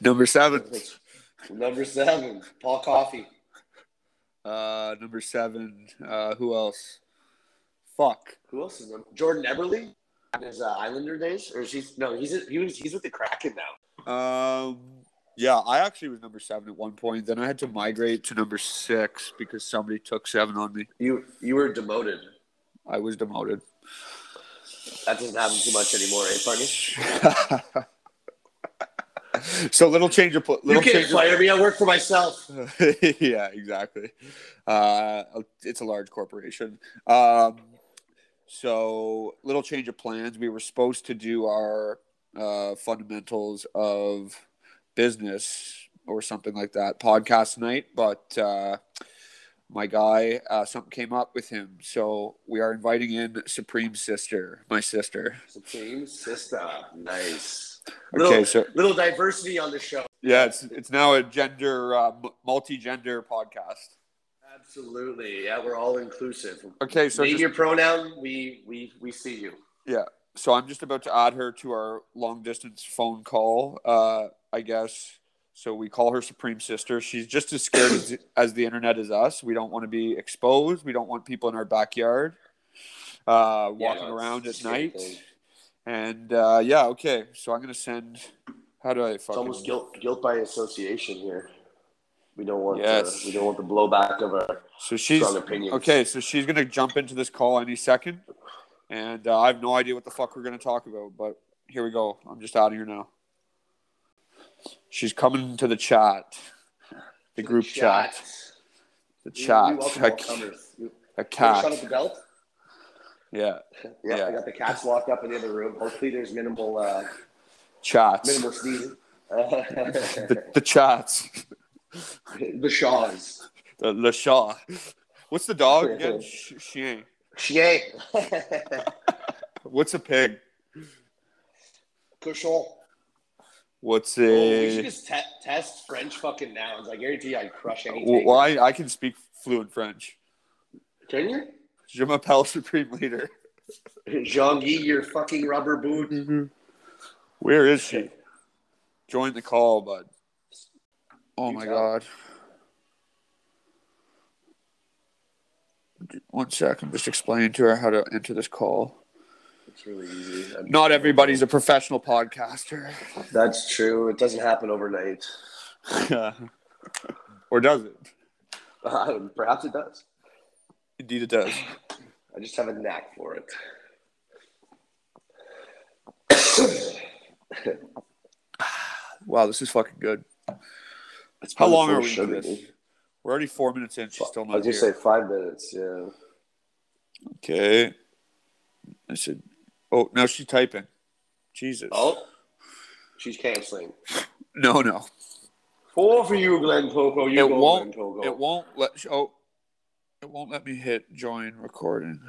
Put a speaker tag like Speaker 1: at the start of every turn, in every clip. Speaker 1: number seven.
Speaker 2: Number seven, Paul Coffey.
Speaker 1: Uh, number seven. Uh, who else? Fuck.
Speaker 2: Who else is number? Jordan Eberle. In His uh, Islander days, or she's no, he's he was, he's with the Kraken now.
Speaker 1: Um, yeah, I actually was number seven at one point. Then I had to migrate to number six because somebody took seven on me.
Speaker 2: You you were demoted.
Speaker 1: I was demoted.
Speaker 2: That doesn't happen too much anymore, eh, partner?
Speaker 1: so little change of pl-
Speaker 2: You
Speaker 1: little
Speaker 2: can't
Speaker 1: change. of-
Speaker 2: fire me. I work for myself.
Speaker 1: yeah, exactly. Uh, it's a large corporation. Um, so little change of plans. We were supposed to do our uh, fundamentals of business or something like that podcast night, but uh, my guy, uh, something came up with him. So we are inviting in Supreme Sister, my sister.
Speaker 2: Supreme Sister. Nice. Little,
Speaker 1: Okay, so
Speaker 2: little diversity on the show.
Speaker 1: yeah, it's it's now a gender uh, multi gender podcast.
Speaker 2: Absolutely. Yeah, we're all inclusive.
Speaker 1: Okay, so
Speaker 2: Name
Speaker 1: just-
Speaker 2: your pronoun. We we we see you.
Speaker 1: so I'm just about to add her to our long distance phone call, uh, I guess. So we call her Supreme Sister. She's just as scared as, as the internet is us. We don't want to be exposed. We don't want people in our backyard uh,
Speaker 2: Yeah,
Speaker 1: walking
Speaker 2: no, it's
Speaker 1: around at
Speaker 2: scary
Speaker 1: night.
Speaker 2: thing.
Speaker 1: And uh, yeah, okay. So I'm gonna send. How do I fucking?
Speaker 2: It's almost guilt guilt by association here. We don't want
Speaker 1: Yes.
Speaker 2: the, we don't want the blowback of our
Speaker 1: So she's
Speaker 2: strong opinions.
Speaker 1: okay. So she's gonna jump into this call any second, and uh, I have no idea what the fuck we're gonna talk about. But here we go. I'm just out of here now. She's coming to the chat, the group chat,
Speaker 2: We-
Speaker 1: the
Speaker 2: we
Speaker 1: chat.
Speaker 2: welcome
Speaker 1: a,
Speaker 2: all comers. You-
Speaker 1: a
Speaker 2: Shut up the
Speaker 1: cat.
Speaker 2: belt.
Speaker 1: Yeah,
Speaker 2: Yeah,
Speaker 1: Yeah.
Speaker 2: I got the cats locked up in the other room. Hopefully, there's minimal uh,
Speaker 1: chat.
Speaker 2: minimal sneezing.
Speaker 1: The,
Speaker 2: the,
Speaker 1: the chats.
Speaker 2: Shaws.
Speaker 1: The, the Shaw. What's the dog again? Sh- Shang.
Speaker 2: Chien.
Speaker 1: What's a pig?
Speaker 2: Cochon.
Speaker 1: What's
Speaker 2: Oh, we should
Speaker 1: a?
Speaker 2: just te- test French fucking nouns. I guarantee I crush anything.
Speaker 1: Well, I, I can speak fluent French.
Speaker 2: Can you?
Speaker 1: Je m'appelle Supreme Leader.
Speaker 2: Jean Guy, your fucking rubber boot.
Speaker 1: Mm-hmm. Where is she? Join the call, bud. Oh
Speaker 2: You
Speaker 1: my
Speaker 2: tell.
Speaker 1: god. One sec, I'm just explaining to her how to enter this call.
Speaker 2: It's really easy. I'm-
Speaker 1: Not everybody's a professional podcaster.
Speaker 2: That's true. It doesn't happen overnight.
Speaker 1: or does it?
Speaker 2: Uh, perhaps it does.
Speaker 1: Indeed, it does.
Speaker 2: I just have a knack for it.
Speaker 1: Wow, this is fucking good.
Speaker 2: It's
Speaker 1: How
Speaker 2: probably
Speaker 1: long
Speaker 2: full
Speaker 1: are
Speaker 2: of
Speaker 1: we
Speaker 2: sugar,
Speaker 1: into this?
Speaker 2: dude.
Speaker 1: We're already four minutes in. She's still
Speaker 2: I was
Speaker 1: not
Speaker 2: gonna
Speaker 1: here.
Speaker 2: say five minutes. Yeah.
Speaker 1: okay. I said, oh, now she's typing. Jesus.
Speaker 2: Oh, she's canceling.
Speaker 1: No, no.
Speaker 2: Four for you, Glenn Coco. You
Speaker 1: it
Speaker 2: go,
Speaker 1: won't.
Speaker 2: Glenn Coco.
Speaker 1: It won't let. Oh, it won't let me hit join recording.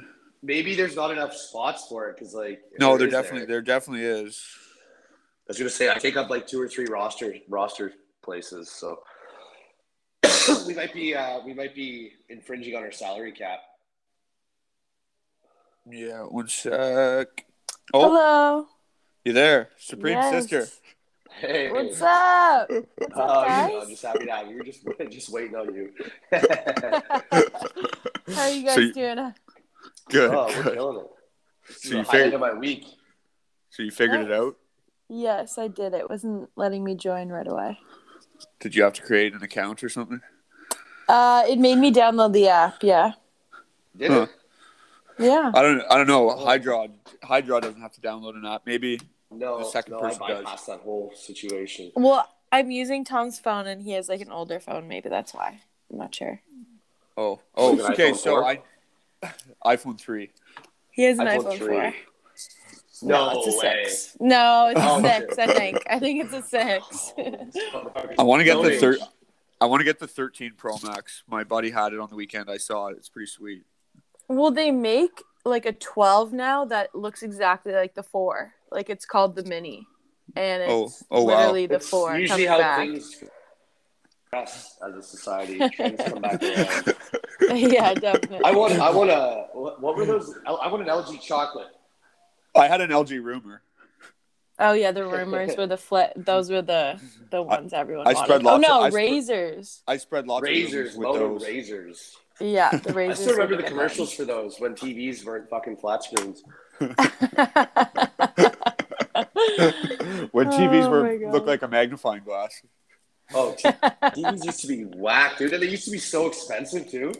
Speaker 2: Maybe there's not enough spots for it because, like, if
Speaker 1: No, there
Speaker 2: is
Speaker 1: definitely there. definitely is.
Speaker 2: I was gonna say I take up like two or three roster roster places, so we might be uh, we might be infringing on our salary cap.
Speaker 1: Yeah, one sec. Oh,
Speaker 3: Hello.
Speaker 1: you there, Supreme Sister?
Speaker 2: Hey,
Speaker 3: What's up? What's
Speaker 2: Oh,
Speaker 3: up,
Speaker 2: you know, I'm just happy to have you. We're just we're just waiting on you.
Speaker 3: guys? How are you guys
Speaker 1: So you-
Speaker 3: doing?
Speaker 1: Good.
Speaker 2: oh, we're
Speaker 1: good.
Speaker 2: killing it. This is
Speaker 1: So
Speaker 2: the
Speaker 1: you
Speaker 2: highlight
Speaker 1: figured,
Speaker 2: of my week.
Speaker 1: so you figured it out?
Speaker 3: Yes, I did. It wasn't letting me join right away.
Speaker 1: Did you have to create an account or something?
Speaker 3: Uh, it made me download the app. Yeah.
Speaker 2: Did
Speaker 1: Huh.
Speaker 2: it?
Speaker 3: Yeah.
Speaker 1: I don't. I don't know. Hydra. Hydra doesn't have to download an app. Maybe.
Speaker 2: No,
Speaker 1: The second
Speaker 2: no,
Speaker 1: person
Speaker 2: I
Speaker 1: does.
Speaker 2: bypassed that whole situation.
Speaker 3: Well, I'm using Tom's phone, and he has like an older phone. Maybe that's why. I'm not sure.
Speaker 1: Oh. Oh.
Speaker 2: Like an
Speaker 1: okay.
Speaker 2: iPhone
Speaker 1: So
Speaker 2: four?
Speaker 1: I. iPhone three.
Speaker 3: He has an
Speaker 2: iPhone
Speaker 3: iPhone,
Speaker 2: three.
Speaker 3: 4.
Speaker 2: No,
Speaker 3: it's a
Speaker 2: way.
Speaker 3: six. No, it's
Speaker 2: Oh,
Speaker 3: a
Speaker 2: okay.
Speaker 3: six. I think. I think it's a six.
Speaker 1: I want to get the
Speaker 2: Building.
Speaker 1: third. I want to get the 13 Pro Max. My buddy had it on the weekend. I saw it. It's pretty sweet.
Speaker 3: Will they make like a 12 now that looks exactly like the 4? Like it's called the mini. And
Speaker 1: Oh,
Speaker 3: it's
Speaker 1: oh, wow.
Speaker 3: literally the
Speaker 2: It's
Speaker 3: 4
Speaker 2: Usually,
Speaker 3: comes
Speaker 2: how
Speaker 3: back.
Speaker 2: things progress as a society. Trends come back around.
Speaker 3: yeah, definitely.
Speaker 2: I want. I want a. What what were those? I I want an LG chocolate.
Speaker 1: I had an LG rumor.
Speaker 3: Oh yeah, the rumors were the flat. Those were the the ones everyone.
Speaker 1: I
Speaker 3: wanted.
Speaker 1: spread
Speaker 3: oh
Speaker 1: lots of-
Speaker 3: no,
Speaker 1: I spread-
Speaker 3: razors.
Speaker 1: I spread lots
Speaker 2: razors, Oh,
Speaker 1: of rumors
Speaker 2: Moto
Speaker 1: with those.
Speaker 2: razors.
Speaker 3: Yeah, the
Speaker 2: I
Speaker 3: razors.
Speaker 2: still remember the
Speaker 3: were good
Speaker 2: commercials for those when TVs weren't fucking flat screens.
Speaker 3: ones.
Speaker 1: when TVs
Speaker 3: Oh my
Speaker 1: were
Speaker 3: God.
Speaker 1: looked like a magnifying glass.
Speaker 2: Oh, t- TVs used to be whack, dude. And they used to be so expensive too.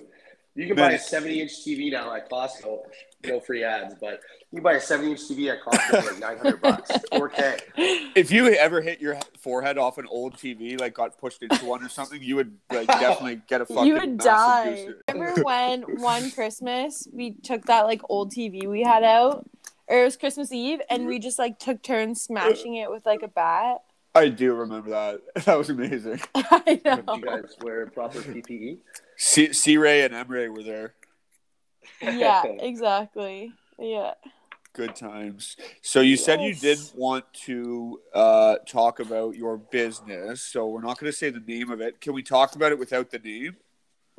Speaker 2: You can buy a
Speaker 1: Man.
Speaker 2: 70 inch TV now at Costco. No free ads, but you can buy a 70 inch TV at Costco for like 900 bucks, 4K.
Speaker 1: If you ever hit your forehead off an old TV, like got pushed into one or something, you would like definitely get a fucking.
Speaker 3: you would
Speaker 1: massive
Speaker 3: die.
Speaker 1: goose-
Speaker 3: Remember when one Christmas we took that like old TV we had out, or it was Christmas Eve, and we just like took turns smashing it with like a bat.
Speaker 1: I do remember that. That was amazing.
Speaker 3: I
Speaker 2: Did
Speaker 3: know.
Speaker 2: you guys wear proper E. PPE?
Speaker 1: C, C- Ray and M Ray were there.
Speaker 3: Yeah, exactly. Yeah.
Speaker 1: Good times. So you said you
Speaker 3: Yes.
Speaker 1: did want to uh, talk about your business. So we're not going to say the name of it. Can we talk about it without the name?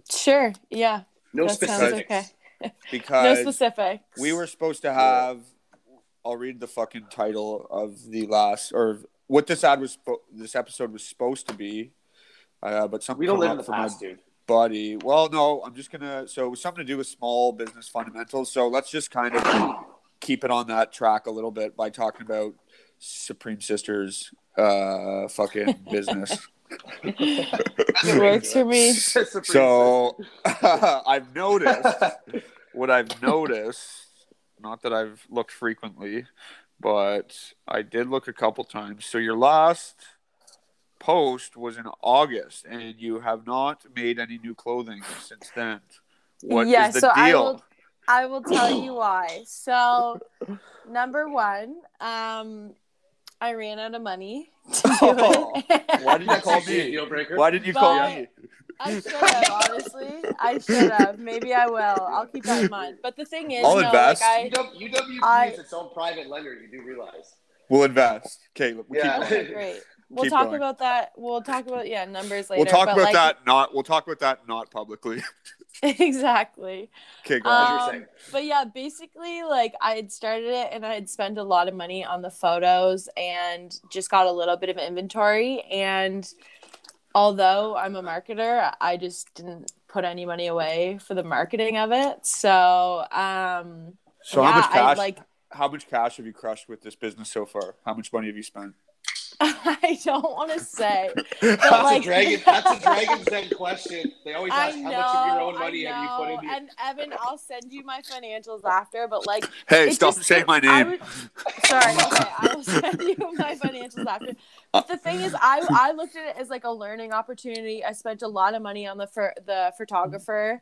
Speaker 3: Sure. Yeah.
Speaker 2: No
Speaker 3: that sounds
Speaker 2: specifics.
Speaker 3: okay. No
Speaker 1: Because
Speaker 3: specifics.
Speaker 1: Uh, we were supposed to have. I'll read the fucking title of the last or what this ad was. Spo- this episode was supposed to be. Uh, but something
Speaker 2: We don't
Speaker 1: come
Speaker 2: live
Speaker 1: up
Speaker 2: in the
Speaker 1: for my
Speaker 2: past, dude.
Speaker 1: buddy. Well, no, I'm just gonna. So it was something to do with small business fundamentals. So let's just kind of keep it on that track a little bit by talking about Supreme Sisters uh fucking business.
Speaker 3: works for me.
Speaker 2: Supreme
Speaker 1: so I've noticed what I've noticed. Not that I've looked frequently, but I did look a couple times. So your last post was in August, and you have not made any new clothing since then. What is
Speaker 3: Yeah,
Speaker 1: the
Speaker 3: so I
Speaker 1: deal?
Speaker 3: will- I will tell you why. So, number one, um, I ran out of money to do
Speaker 1: Oh,
Speaker 3: it.
Speaker 1: why did you
Speaker 2: That's
Speaker 1: call
Speaker 2: actually a
Speaker 1: me?
Speaker 2: deal breaker.
Speaker 1: Why did you call
Speaker 3: But-
Speaker 1: me?
Speaker 3: I should have, honestly. I should have. Maybe I will. I'll keep that in mind. But the thing is,
Speaker 1: I'll
Speaker 3: no,
Speaker 1: invest.
Speaker 2: UW,
Speaker 3: like
Speaker 2: UWP
Speaker 3: I-
Speaker 2: is its own private lender. You do realize.
Speaker 1: We'll invest. Caleb, we
Speaker 2: Yeah.
Speaker 3: I,
Speaker 1: keep going.
Speaker 3: okay, great. We'll
Speaker 1: Keep
Speaker 3: talk
Speaker 1: going.
Speaker 3: about that. We'll talk about yeah numbers later.
Speaker 1: We'll talk
Speaker 3: but
Speaker 1: about
Speaker 3: like,
Speaker 1: that not we'll talk about that not publicly.
Speaker 3: exactly.
Speaker 1: Okay, go on.
Speaker 2: what you're
Speaker 3: Um,
Speaker 2: saying.
Speaker 3: but yeah, basically, like I had started it and I had spent a lot of money on the photos and just got a little bit of inventory. And although I'm a marketer, I just didn't put any money away for the marketing of it. So, um,
Speaker 1: so
Speaker 3: yeah,
Speaker 1: how much
Speaker 3: I
Speaker 1: cash
Speaker 3: like
Speaker 1: how much cash have you crushed with this business so far? How much money have you spent?
Speaker 3: I don't want to say.
Speaker 2: That's
Speaker 3: like-
Speaker 2: a dragon. That's a dragon's den question. They always
Speaker 3: I
Speaker 2: ask how
Speaker 3: know.
Speaker 2: much of your own
Speaker 3: I
Speaker 2: money have you put
Speaker 3: know.
Speaker 2: in. Your...
Speaker 3: And Evan, I'll send you my financials after, but like
Speaker 1: Hey,
Speaker 3: It
Speaker 1: stop
Speaker 3: just-
Speaker 1: saying my
Speaker 3: I
Speaker 1: name.
Speaker 3: would, sorry, okay, I will send you my financials after. But the thing is, I I looked at it as like a learning opportunity. I spent a lot of money on the for, the photographer.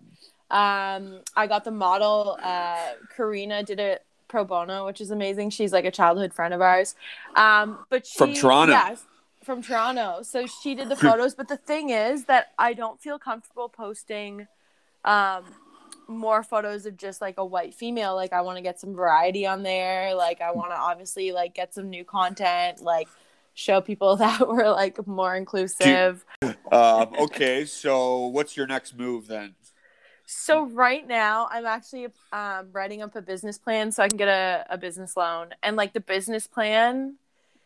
Speaker 3: Um, I got the model. Uh, Karina did it pro bono, which is amazing. She's like a childhood friend of ours. Um, but she,
Speaker 1: From Toronto.
Speaker 3: Yes, from Toronto. So she did the photos. But the thing is that I don't feel comfortable posting. Um, more photos of just like a white female like i want to get some variety on there like i want to obviously like get some new content like show people that we're like more inclusive
Speaker 1: um, okay, so what's your next move then?
Speaker 3: so right now i'm actually um, writing up a business plan so i can get a, a business loan and like the business plan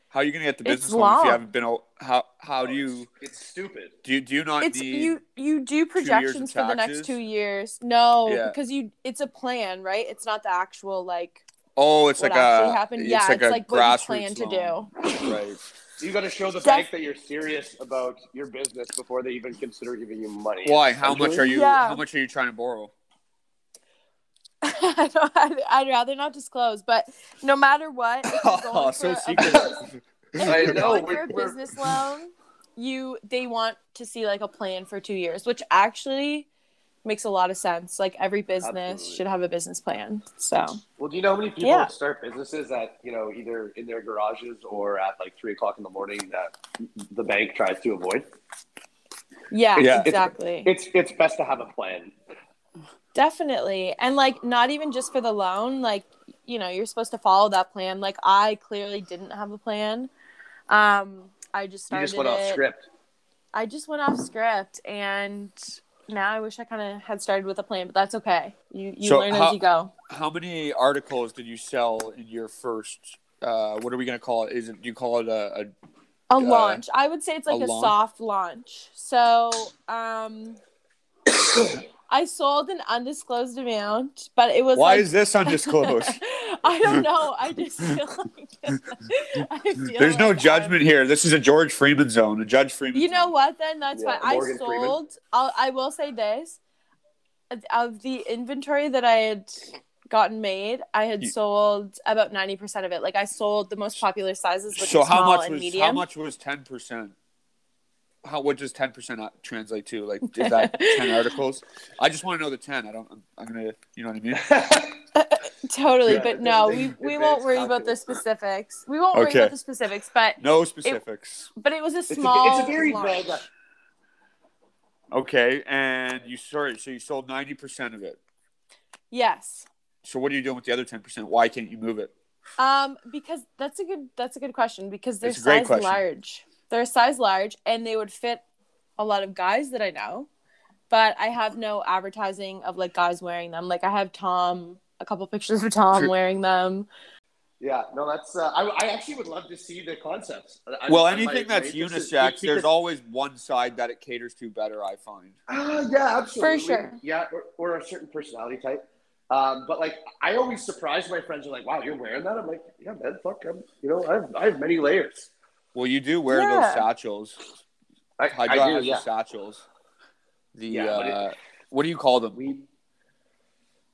Speaker 1: How are you going to get the
Speaker 3: It's
Speaker 1: business loan if you
Speaker 3: long.
Speaker 1: haven't been? o- How how do you
Speaker 2: Oh, It's stupid.
Speaker 1: do you, do you not
Speaker 3: it's
Speaker 1: need?
Speaker 3: you you do
Speaker 1: years of
Speaker 3: projections for the next
Speaker 1: taxes?
Speaker 3: two years no
Speaker 1: Yeah.
Speaker 3: because you it's a plan right it's not the actual like
Speaker 1: oh, it's
Speaker 3: what
Speaker 1: like
Speaker 3: actually
Speaker 1: a
Speaker 3: happened
Speaker 1: It's
Speaker 3: yeah
Speaker 1: like
Speaker 3: it's
Speaker 1: a
Speaker 3: like what you
Speaker 1: grassroots
Speaker 3: plan to do
Speaker 1: loan. Right.
Speaker 2: You got to show the
Speaker 3: Def-
Speaker 2: bank that you're serious about your business before they even consider giving you money.
Speaker 1: Why? How much are you?
Speaker 3: Yeah.
Speaker 1: How much are you trying to borrow?
Speaker 3: I don't, I'd, I'd rather not disclose, but no matter what, if you're going
Speaker 1: Oh,
Speaker 3: for
Speaker 1: so
Speaker 3: a-
Speaker 1: secretive.
Speaker 3: if
Speaker 2: I
Speaker 3: you're
Speaker 2: know,
Speaker 3: going for
Speaker 2: we're-
Speaker 3: a
Speaker 2: we're-
Speaker 3: business loan, you they want to see like a plan for two years, which actually makes a lot of sense. Like every business
Speaker 2: Absolutely.
Speaker 3: should have a business plan. So
Speaker 2: Well, do you know how many people
Speaker 3: Yeah.
Speaker 2: start businesses at you know either in their garages or at like three o'clock in the morning that the bank tries to avoid?
Speaker 3: yeah,
Speaker 1: Yeah.
Speaker 3: exactly,
Speaker 2: It's it's best to have a plan.
Speaker 3: definitely, and like not even just for the loan, like you know you're supposed to follow that plan. Like I clearly didn't have a plan. Um, I just
Speaker 2: You
Speaker 3: started
Speaker 2: just went off
Speaker 3: it.
Speaker 2: script.
Speaker 3: I just went off script, and now I wish I kind of had started with a plan, but that's okay. You you
Speaker 1: So
Speaker 3: learn
Speaker 1: how-
Speaker 3: as you go.
Speaker 1: How many articles did you sell in your first uh, what are we gonna call it? Is it do you call it a, a
Speaker 3: A
Speaker 1: Uh,
Speaker 3: launch. I would say it's like
Speaker 1: a
Speaker 3: a,
Speaker 1: launch?
Speaker 3: soft launch. So, um, I sold an undisclosed amount, but it was
Speaker 1: why
Speaker 3: like,
Speaker 1: is this undisclosed?
Speaker 3: I don't know. I just feel like I feel
Speaker 1: There's no
Speaker 3: like I'm-
Speaker 1: judgment here. This is a George Freeman zone. A Judge Freeman.
Speaker 3: You know what? Then that's
Speaker 2: Yeah,
Speaker 3: fine.
Speaker 2: Morgan
Speaker 3: I
Speaker 2: Freeman.
Speaker 3: sold. I'll, I will say this: Of- of the inventory that I had gotten made, I had
Speaker 1: You-
Speaker 3: sold about ninety percent of it. Like I sold the most popular sizes, which
Speaker 1: So
Speaker 3: are
Speaker 1: how
Speaker 3: small
Speaker 1: much
Speaker 3: and
Speaker 1: was
Speaker 3: medium.
Speaker 1: how much was ten percent? How what does ten percent translate to? Like is that ten articles? I just want to know the ten. I don't. I'm, I'm gonna. You know what I mean?
Speaker 3: Totally,
Speaker 2: Yeah,
Speaker 3: but
Speaker 2: it
Speaker 3: no,
Speaker 2: makes-
Speaker 3: we
Speaker 2: it
Speaker 3: we
Speaker 2: makes
Speaker 3: won't worry about the
Speaker 2: calculus.
Speaker 3: specifics. We won't worry
Speaker 1: Okay.
Speaker 3: about the specifics, but
Speaker 1: No specifics.
Speaker 3: but it was a
Speaker 2: a-
Speaker 3: small.
Speaker 2: it's a very
Speaker 3: launch.
Speaker 2: broad-
Speaker 1: okay, and you sorry. So you sold ninety percent of it.
Speaker 3: Yes.
Speaker 1: So what are you doing with the other ten percent? Why can't you move it?
Speaker 3: Um, because that's a good that's a good question because they're
Speaker 1: It's a great
Speaker 3: size
Speaker 1: question.
Speaker 3: large. They're size large and they would fit a lot of guys that I know, but I have no advertising of like guys wearing them. Like I have Tom, a couple pictures of Tom
Speaker 1: Sure.
Speaker 3: wearing them.
Speaker 2: yeah, no, that's. Uh, I, I actually would love to see the concepts. I- I-
Speaker 1: well,
Speaker 2: I-
Speaker 1: anything
Speaker 2: my-
Speaker 1: that's
Speaker 2: my interest is-
Speaker 1: unisex,
Speaker 2: because-
Speaker 1: there's always one side that it caters to better. I find.
Speaker 2: Ah, yeah, absolutely.
Speaker 3: sure.
Speaker 2: Yeah, or, or a certain personality type. Um, but like, I always surprise my friends. Are like, "Wow, you're wearing that?" I'm like, "Yeah, man, fuck, I'm. You know, I have, I have many layers.
Speaker 1: Well, you do wear
Speaker 3: Yeah.
Speaker 1: those satchels.
Speaker 2: I, I,
Speaker 1: Hydra
Speaker 2: do.
Speaker 1: has
Speaker 2: Yeah,
Speaker 1: the satchels. The
Speaker 2: Yeah, but it-
Speaker 1: uh, what do you call them?
Speaker 2: we.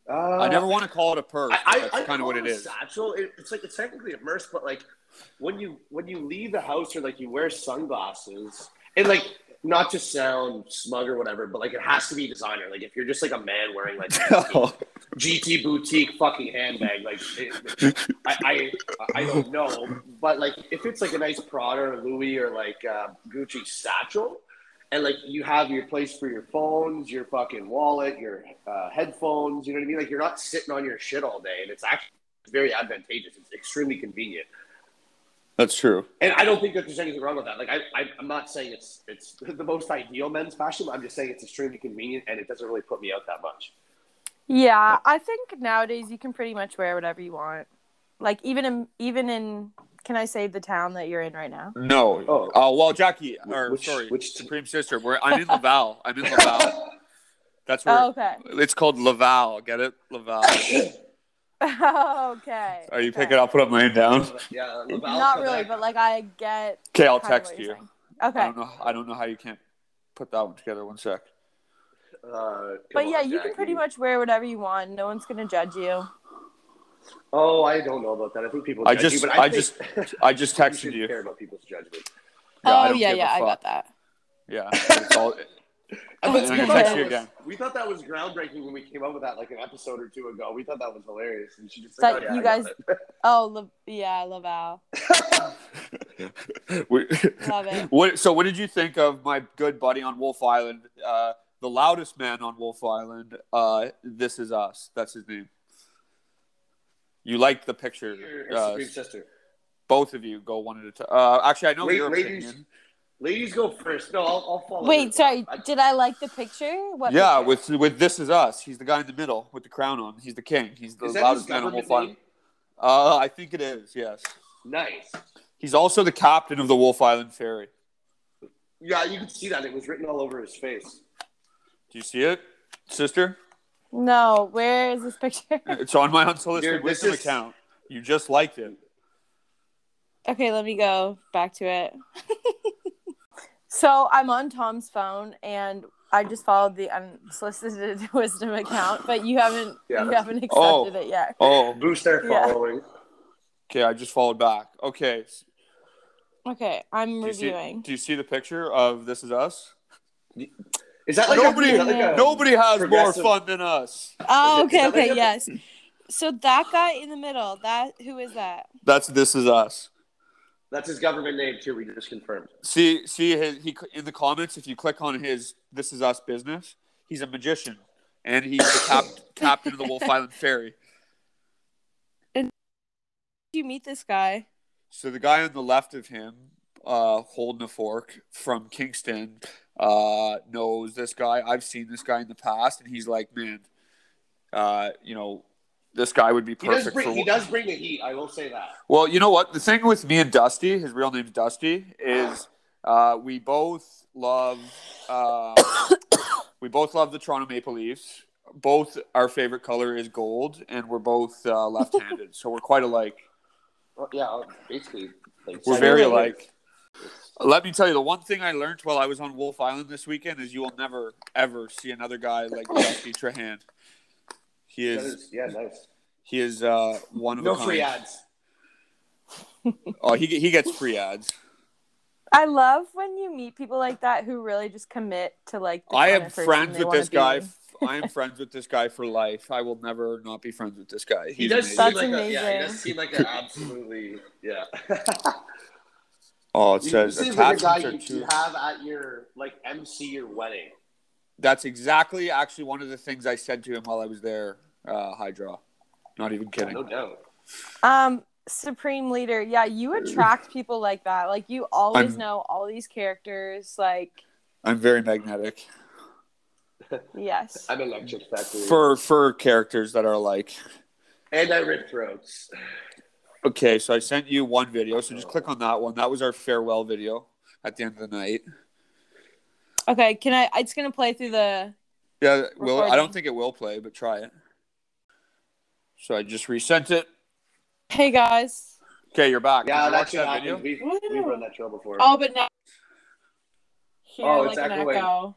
Speaker 2: Uh,
Speaker 1: I never want to call it a purse.
Speaker 2: I,
Speaker 1: but
Speaker 2: I,
Speaker 1: that's
Speaker 2: I
Speaker 1: kind of
Speaker 2: call
Speaker 1: what
Speaker 2: it
Speaker 1: it
Speaker 2: a
Speaker 1: is.
Speaker 2: Satchel. It, it's like it's technically a merce, but like when you when you leave the house or like you wear sunglasses and like not to sound smug or whatever, but like it has to be designer. Like if you're just like a man wearing like GT boutique fucking handbag, like it, I, I I don't know, but like if it's like a nice Prada or Louis or like uh, Gucci satchel. And like you have your place for your phones, your fucking wallet, your uh, headphones. You know what I mean? Like you're not sitting on your shit all day, and it's actually very advantageous. It's extremely convenient,
Speaker 1: That's true.
Speaker 2: and I don't think that there's anything wrong with that. Like I, I I'm not saying it's it's the most ideal men's fashion. But I'm just saying it's extremely convenient, and it doesn't really put me out that much.
Speaker 3: Yeah, I think nowadays you can pretty much wear whatever you want. Like even in even in can I say the town that you're in right now?
Speaker 1: No.
Speaker 2: Oh.
Speaker 1: Oh, well, Jackie, or
Speaker 2: Which-
Speaker 1: sorry,
Speaker 2: which-
Speaker 1: Supreme Sister. We're, I'm in Laval. I'm in Laval. That's where
Speaker 3: Oh, okay.
Speaker 1: it's called Laval. Get it? Laval.
Speaker 3: Oh, okay.
Speaker 1: Are you
Speaker 3: okay.
Speaker 1: picking up what I'm laying down?
Speaker 2: yeah, Laval,
Speaker 3: Not really,
Speaker 2: Quebec.
Speaker 3: but like I get
Speaker 1: Okay, I'll
Speaker 3: kind of
Speaker 1: text
Speaker 3: what
Speaker 1: you.
Speaker 3: you're saying. Okay.
Speaker 1: I don't know. I don't know how you can't put that one together. One sec.
Speaker 2: Uh,
Speaker 3: But
Speaker 2: come
Speaker 3: yeah,
Speaker 2: on,
Speaker 3: you can
Speaker 2: Jackie.
Speaker 3: pretty much wear whatever you want. No one's gonna judge you.
Speaker 2: Oh, I don't know about that. I think people.
Speaker 1: I
Speaker 2: Judge
Speaker 1: just-
Speaker 2: you, but
Speaker 1: I
Speaker 2: think
Speaker 1: just I just texted
Speaker 2: shouldn't
Speaker 1: you.
Speaker 2: Care about people's judgment.
Speaker 1: I
Speaker 3: oh
Speaker 1: don't
Speaker 3: yeah,
Speaker 1: give a
Speaker 3: yeah, I
Speaker 1: fuck.
Speaker 3: got that.
Speaker 1: Yeah. It's all,
Speaker 2: I
Speaker 3: That's
Speaker 2: thought- we
Speaker 3: good.
Speaker 2: thought
Speaker 3: Text
Speaker 1: you
Speaker 2: that
Speaker 1: again.
Speaker 2: was- We thought that was groundbreaking when we came up with that like an episode or two ago. We thought that was hilarious, and she just
Speaker 3: That
Speaker 2: like, oh, yeah,
Speaker 3: you
Speaker 2: I got
Speaker 3: guys-
Speaker 2: it.
Speaker 3: Oh, Lav- yeah, Laval.
Speaker 1: we-
Speaker 3: Love it.
Speaker 1: What, so, what did you think of my good buddy on Wolf Island, uh, the loudest man on Wolf Island? Uh, this is us. That's his name. You like the picture.
Speaker 2: Your
Speaker 1: Uh,
Speaker 2: Supreme sister.
Speaker 1: both of you go one at a time. Uh, actually, I know
Speaker 2: Wait,
Speaker 1: your
Speaker 2: ladies.
Speaker 1: opinion.
Speaker 2: Ladies go first. No, I'll, I'll follow.
Speaker 3: Wait,
Speaker 2: yours.
Speaker 3: sorry.
Speaker 2: I-
Speaker 3: Did I like the picture? What
Speaker 1: Yeah,
Speaker 3: picture?
Speaker 1: with with this is us. He's the guy in the middle with the crown on. He's the king. He's the
Speaker 2: is that his
Speaker 1: loudest man on
Speaker 2: government
Speaker 1: Wolf Island.
Speaker 2: name?
Speaker 1: Uh, I think it is. Yes,
Speaker 2: Nice.
Speaker 1: he's also the captain of the Wolf Island ferry.
Speaker 2: Yeah, you could see that it was written all over his face.
Speaker 1: Do you see it, sister?
Speaker 3: No, where is this picture?
Speaker 1: It's on my unsolicited
Speaker 2: Dude, this
Speaker 1: wisdom
Speaker 2: is-
Speaker 1: account. You just liked it.
Speaker 3: okay, let me go back to it. so I'm on Tom's phone and I just followed the unsolicited wisdom account, but you haven't
Speaker 2: Yeah,
Speaker 3: you
Speaker 2: that's-
Speaker 3: haven't accepted
Speaker 1: Oh.
Speaker 3: it yet.
Speaker 1: Oh,
Speaker 2: Boost their
Speaker 3: Yeah.
Speaker 2: following.
Speaker 1: Okay, I just followed back. Okay, s-
Speaker 3: Okay, I'm
Speaker 1: do you, see,
Speaker 3: reviewing.
Speaker 1: do you see the picture of This Is Us?
Speaker 2: Is that like a-
Speaker 1: nobody,
Speaker 2: is that like a,
Speaker 1: nobody has more
Speaker 2: Um, progressive-
Speaker 1: fun than us.
Speaker 2: Is it- is
Speaker 3: Oh, okay,
Speaker 2: that
Speaker 3: okay,
Speaker 2: like a-
Speaker 3: yes. So that guy in the middle, that who is that?
Speaker 1: That's This Is Us.
Speaker 2: That's his government name too. We just confirmed.
Speaker 1: See, see, his, he in the comments. If you click on his This Is Us business, he's a magician and he's the cap, captain of the Wolf Island Ferry.
Speaker 3: Did you meet this guy?
Speaker 1: So the guy on the left of him, uh, holding a fork from Kingston, uh, knows this guy. I've seen this guy in the past, and he's like, man, uh, you know, this guy would be
Speaker 2: He does
Speaker 1: perfect
Speaker 2: bring
Speaker 1: for.
Speaker 2: he does bring the heat. I will say that.
Speaker 1: Well, you know what? The thing with me and Dusty, his real name's Dusty, is uh, we both love um we both love the Toronto Maple Leafs. Both our favorite color is gold, and we're both uh, left-handed, so we're quite alike.
Speaker 2: Well, yeah, uh, basically. Like,
Speaker 1: We're
Speaker 2: I
Speaker 1: very
Speaker 2: really-
Speaker 1: alike. Let me tell you, the one thing I learned while I was on Wolf Island this weekend is you will never ever see another guy like Dusty Trahan. He
Speaker 2: That
Speaker 1: is
Speaker 2: is, yeah, nice.
Speaker 1: he is uh, one of
Speaker 2: No
Speaker 1: a kind.
Speaker 2: free ads.
Speaker 1: Oh, he he gets free ads.
Speaker 3: I love when you meet people like that who really just commit to like. The
Speaker 1: I
Speaker 3: kind
Speaker 1: am
Speaker 3: of person
Speaker 1: friends
Speaker 3: they
Speaker 1: with this guy.
Speaker 3: wanna be.
Speaker 1: f- I am friends with this guy for life. I will never not be friends with this guy. He's
Speaker 2: He does seem
Speaker 3: That's
Speaker 2: like a yeah. He
Speaker 3: amazing.
Speaker 2: does seem like an absolutely yeah.
Speaker 1: Oh, it
Speaker 2: He
Speaker 1: says
Speaker 2: seems like a guy
Speaker 1: attachments are
Speaker 2: you
Speaker 1: too.
Speaker 2: you have at your like MC your wedding.
Speaker 1: That's exactly actually one of the things I said to him while I was there. Uh, Hydra, not even kidding.
Speaker 2: No doubt.
Speaker 3: Um, supreme leader. Yeah, you attract people like that. Like you always
Speaker 1: I'm-
Speaker 3: know all these characters. Like
Speaker 1: I'm very magnetic
Speaker 3: yes.
Speaker 2: I'm electric factory.
Speaker 1: for for characters that are like.
Speaker 2: and I rip throats.
Speaker 1: Okay, so I sent you one video. So just click on that one. That was our farewell video at the end of the night.
Speaker 3: Okay, can I? It's gonna play through the.
Speaker 1: Yeah, well, I don't
Speaker 3: Recording.
Speaker 1: think it will play, but try it. So I just resent it.
Speaker 3: Hey guys.
Speaker 1: Okay, you're back. Did
Speaker 2: Yeah,
Speaker 1: you
Speaker 2: that
Speaker 1: watch
Speaker 2: should happen. We've, we've run that trail before.
Speaker 3: Oh, but now. Here,
Speaker 2: Oh,
Speaker 3: like
Speaker 2: it's
Speaker 3: an
Speaker 2: echoing.
Speaker 3: echo.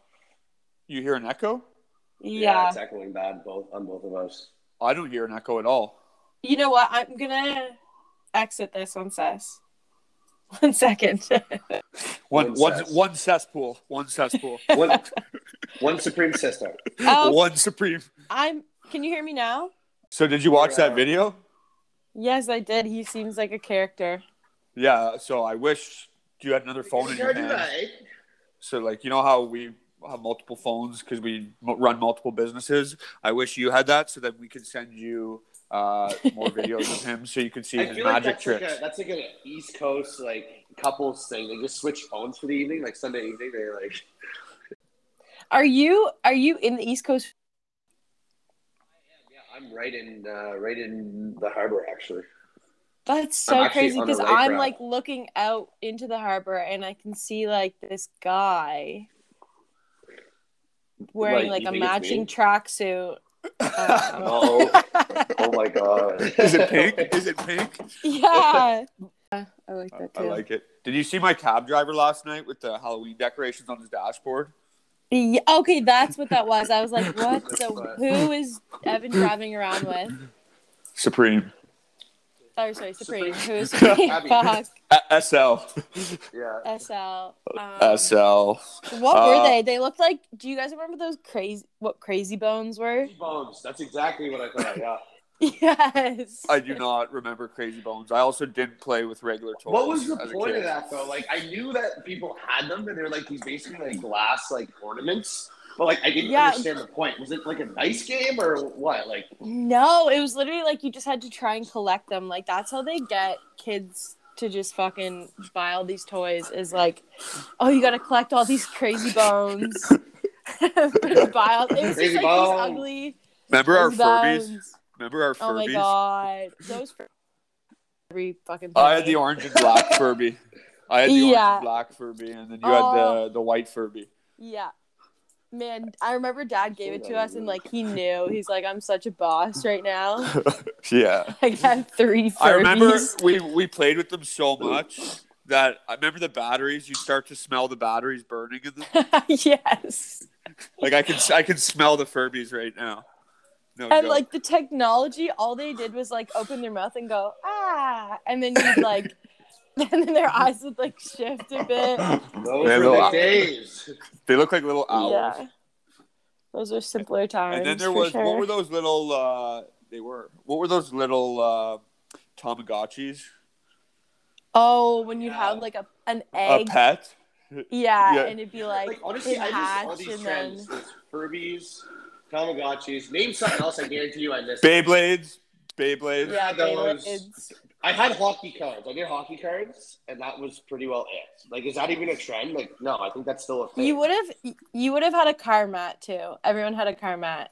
Speaker 1: You hear an echo?
Speaker 3: Yeah.
Speaker 2: it's echoing bad both on both of us.
Speaker 1: I don't hear an echo at all.
Speaker 3: You know what? I'm gonna exit this one, Sess. One second.
Speaker 1: One
Speaker 2: One
Speaker 1: one
Speaker 2: cess.
Speaker 1: one cesspool. One cesspool.
Speaker 2: One, one supreme sister.
Speaker 3: Oh,
Speaker 1: One supreme.
Speaker 3: I'm. Can you hear me now?
Speaker 1: So did you watch that video?
Speaker 3: Yes, I did. He seems like a character.
Speaker 1: Yeah. So I wish you had another phone in your hand.
Speaker 2: eh?
Speaker 1: So like you know how we have multiple phones because we m- run multiple businesses. I wish you had that so that we could send you uh, more videos of him so you could see
Speaker 2: I
Speaker 1: his
Speaker 2: feel like
Speaker 1: magic
Speaker 2: that's like, a,
Speaker 1: tricks.
Speaker 2: that's like an East Coast like couples thing. They just switch phones for the evening, like Sunday evening. They like
Speaker 3: Are you? Are you in the East Coast?
Speaker 2: yeah, I'm right in uh, right in the harbor actually.
Speaker 3: That's so
Speaker 2: I'm actually
Speaker 3: crazy
Speaker 2: on the
Speaker 3: because
Speaker 2: right
Speaker 3: I'm
Speaker 2: route.
Speaker 3: like looking out into the harbor and I can see like this guy wearing
Speaker 2: Like,
Speaker 3: like,
Speaker 2: you
Speaker 3: a
Speaker 2: think it's
Speaker 3: matching
Speaker 2: me?
Speaker 3: tracksuit. Um,
Speaker 2: Oh, oh my god!
Speaker 1: Is it pink? Is it pink?
Speaker 3: yeah. I like that
Speaker 1: I
Speaker 3: too.
Speaker 1: like it. Did you see my cab driver last night with the Halloween decorations on his dashboard?
Speaker 3: Yeah, okay, that's what that was. I was like, what
Speaker 2: That's
Speaker 3: the
Speaker 2: what-
Speaker 3: who is Evan driving around with?
Speaker 1: Supreme.
Speaker 3: Oh, sorry, Supreme.
Speaker 2: Supreme.
Speaker 3: Who is Supreme?
Speaker 2: Abby.
Speaker 3: Fuck.
Speaker 1: A- SL.
Speaker 2: yeah.
Speaker 3: SL. Um,
Speaker 1: SL.
Speaker 3: What
Speaker 1: Uh,
Speaker 3: were they? They looked like do you guys remember those crazy what crazy bones were?
Speaker 2: Bones. That's exactly what I thought. Yeah.
Speaker 3: Yes.
Speaker 1: I do not remember Crazy Bones. I also didn't play with regular toys.
Speaker 2: What was the
Speaker 1: as a
Speaker 2: point of
Speaker 1: kid.
Speaker 2: that though? Like I knew that people had them and they were like these basically like glass like ornaments. But like I didn't
Speaker 3: Yeah.
Speaker 2: understand the point. Was it like a dice game or what? Like
Speaker 3: No, it was literally like you just had to try and collect them. Like that's how they get kids to just fucking buy all these toys is like, oh, you gotta collect all these crazy bones. buy all, it was
Speaker 2: Crazy
Speaker 3: just like
Speaker 2: bones.
Speaker 3: these ugly
Speaker 1: Remember our
Speaker 3: crazy
Speaker 1: Furbies?
Speaker 3: bones.
Speaker 1: Remember our Furbies?
Speaker 3: um, Oh my god, those Fur- every fucking.
Speaker 1: I had
Speaker 3: penny.
Speaker 1: the orange and black Furby. I had the orange
Speaker 3: Yeah.
Speaker 1: and black Furby, and then you had
Speaker 3: Oh.
Speaker 1: the, the white Furby.
Speaker 3: Yeah. Man, I remember dad gave it to us and like he knew. He's like, I'm such a boss right now.
Speaker 1: Yeah.
Speaker 3: I got three Furbies.
Speaker 1: I remember we, we played with them so much that I remember the batteries. You start to smell the batteries burning in the
Speaker 3: yes.
Speaker 1: Like I can I can smell the Furbies right now. No
Speaker 3: And
Speaker 1: joke.
Speaker 3: like the technology, all they did was like open their mouth and go, ah. And then you'd like, and then their eyes would like shift a bit.
Speaker 2: those
Speaker 1: Yeah,
Speaker 2: were
Speaker 1: no,
Speaker 2: the
Speaker 1: I-
Speaker 2: days.
Speaker 1: they look like little owls.
Speaker 3: Yeah. Those are simpler times.
Speaker 1: And then there
Speaker 3: for
Speaker 1: was
Speaker 3: sure.
Speaker 1: what were those little? Uh, they were what were those little uh, Tamagotchis?
Speaker 3: Oh, when you
Speaker 2: Yeah.
Speaker 3: had like a an
Speaker 1: A
Speaker 3: egg.
Speaker 1: pet.
Speaker 3: yeah,
Speaker 1: yeah.
Speaker 3: And it'd be like,
Speaker 2: Like honestly,
Speaker 3: it
Speaker 2: I just all
Speaker 3: hatched
Speaker 2: these
Speaker 3: and then-
Speaker 2: trends. There's Furbies, Tamagotchis. Name something else. I guarantee you, I missed. it.
Speaker 1: Beyblades. Beyblades.
Speaker 2: Yeah, those.
Speaker 3: It's-
Speaker 2: I had hockey cards. I did hockey cards, and that was pretty well it. Like, is that even a trend? Like, no, I think that's still a thing.
Speaker 3: You would have you would have had a car mat too. Everyone had a car mat.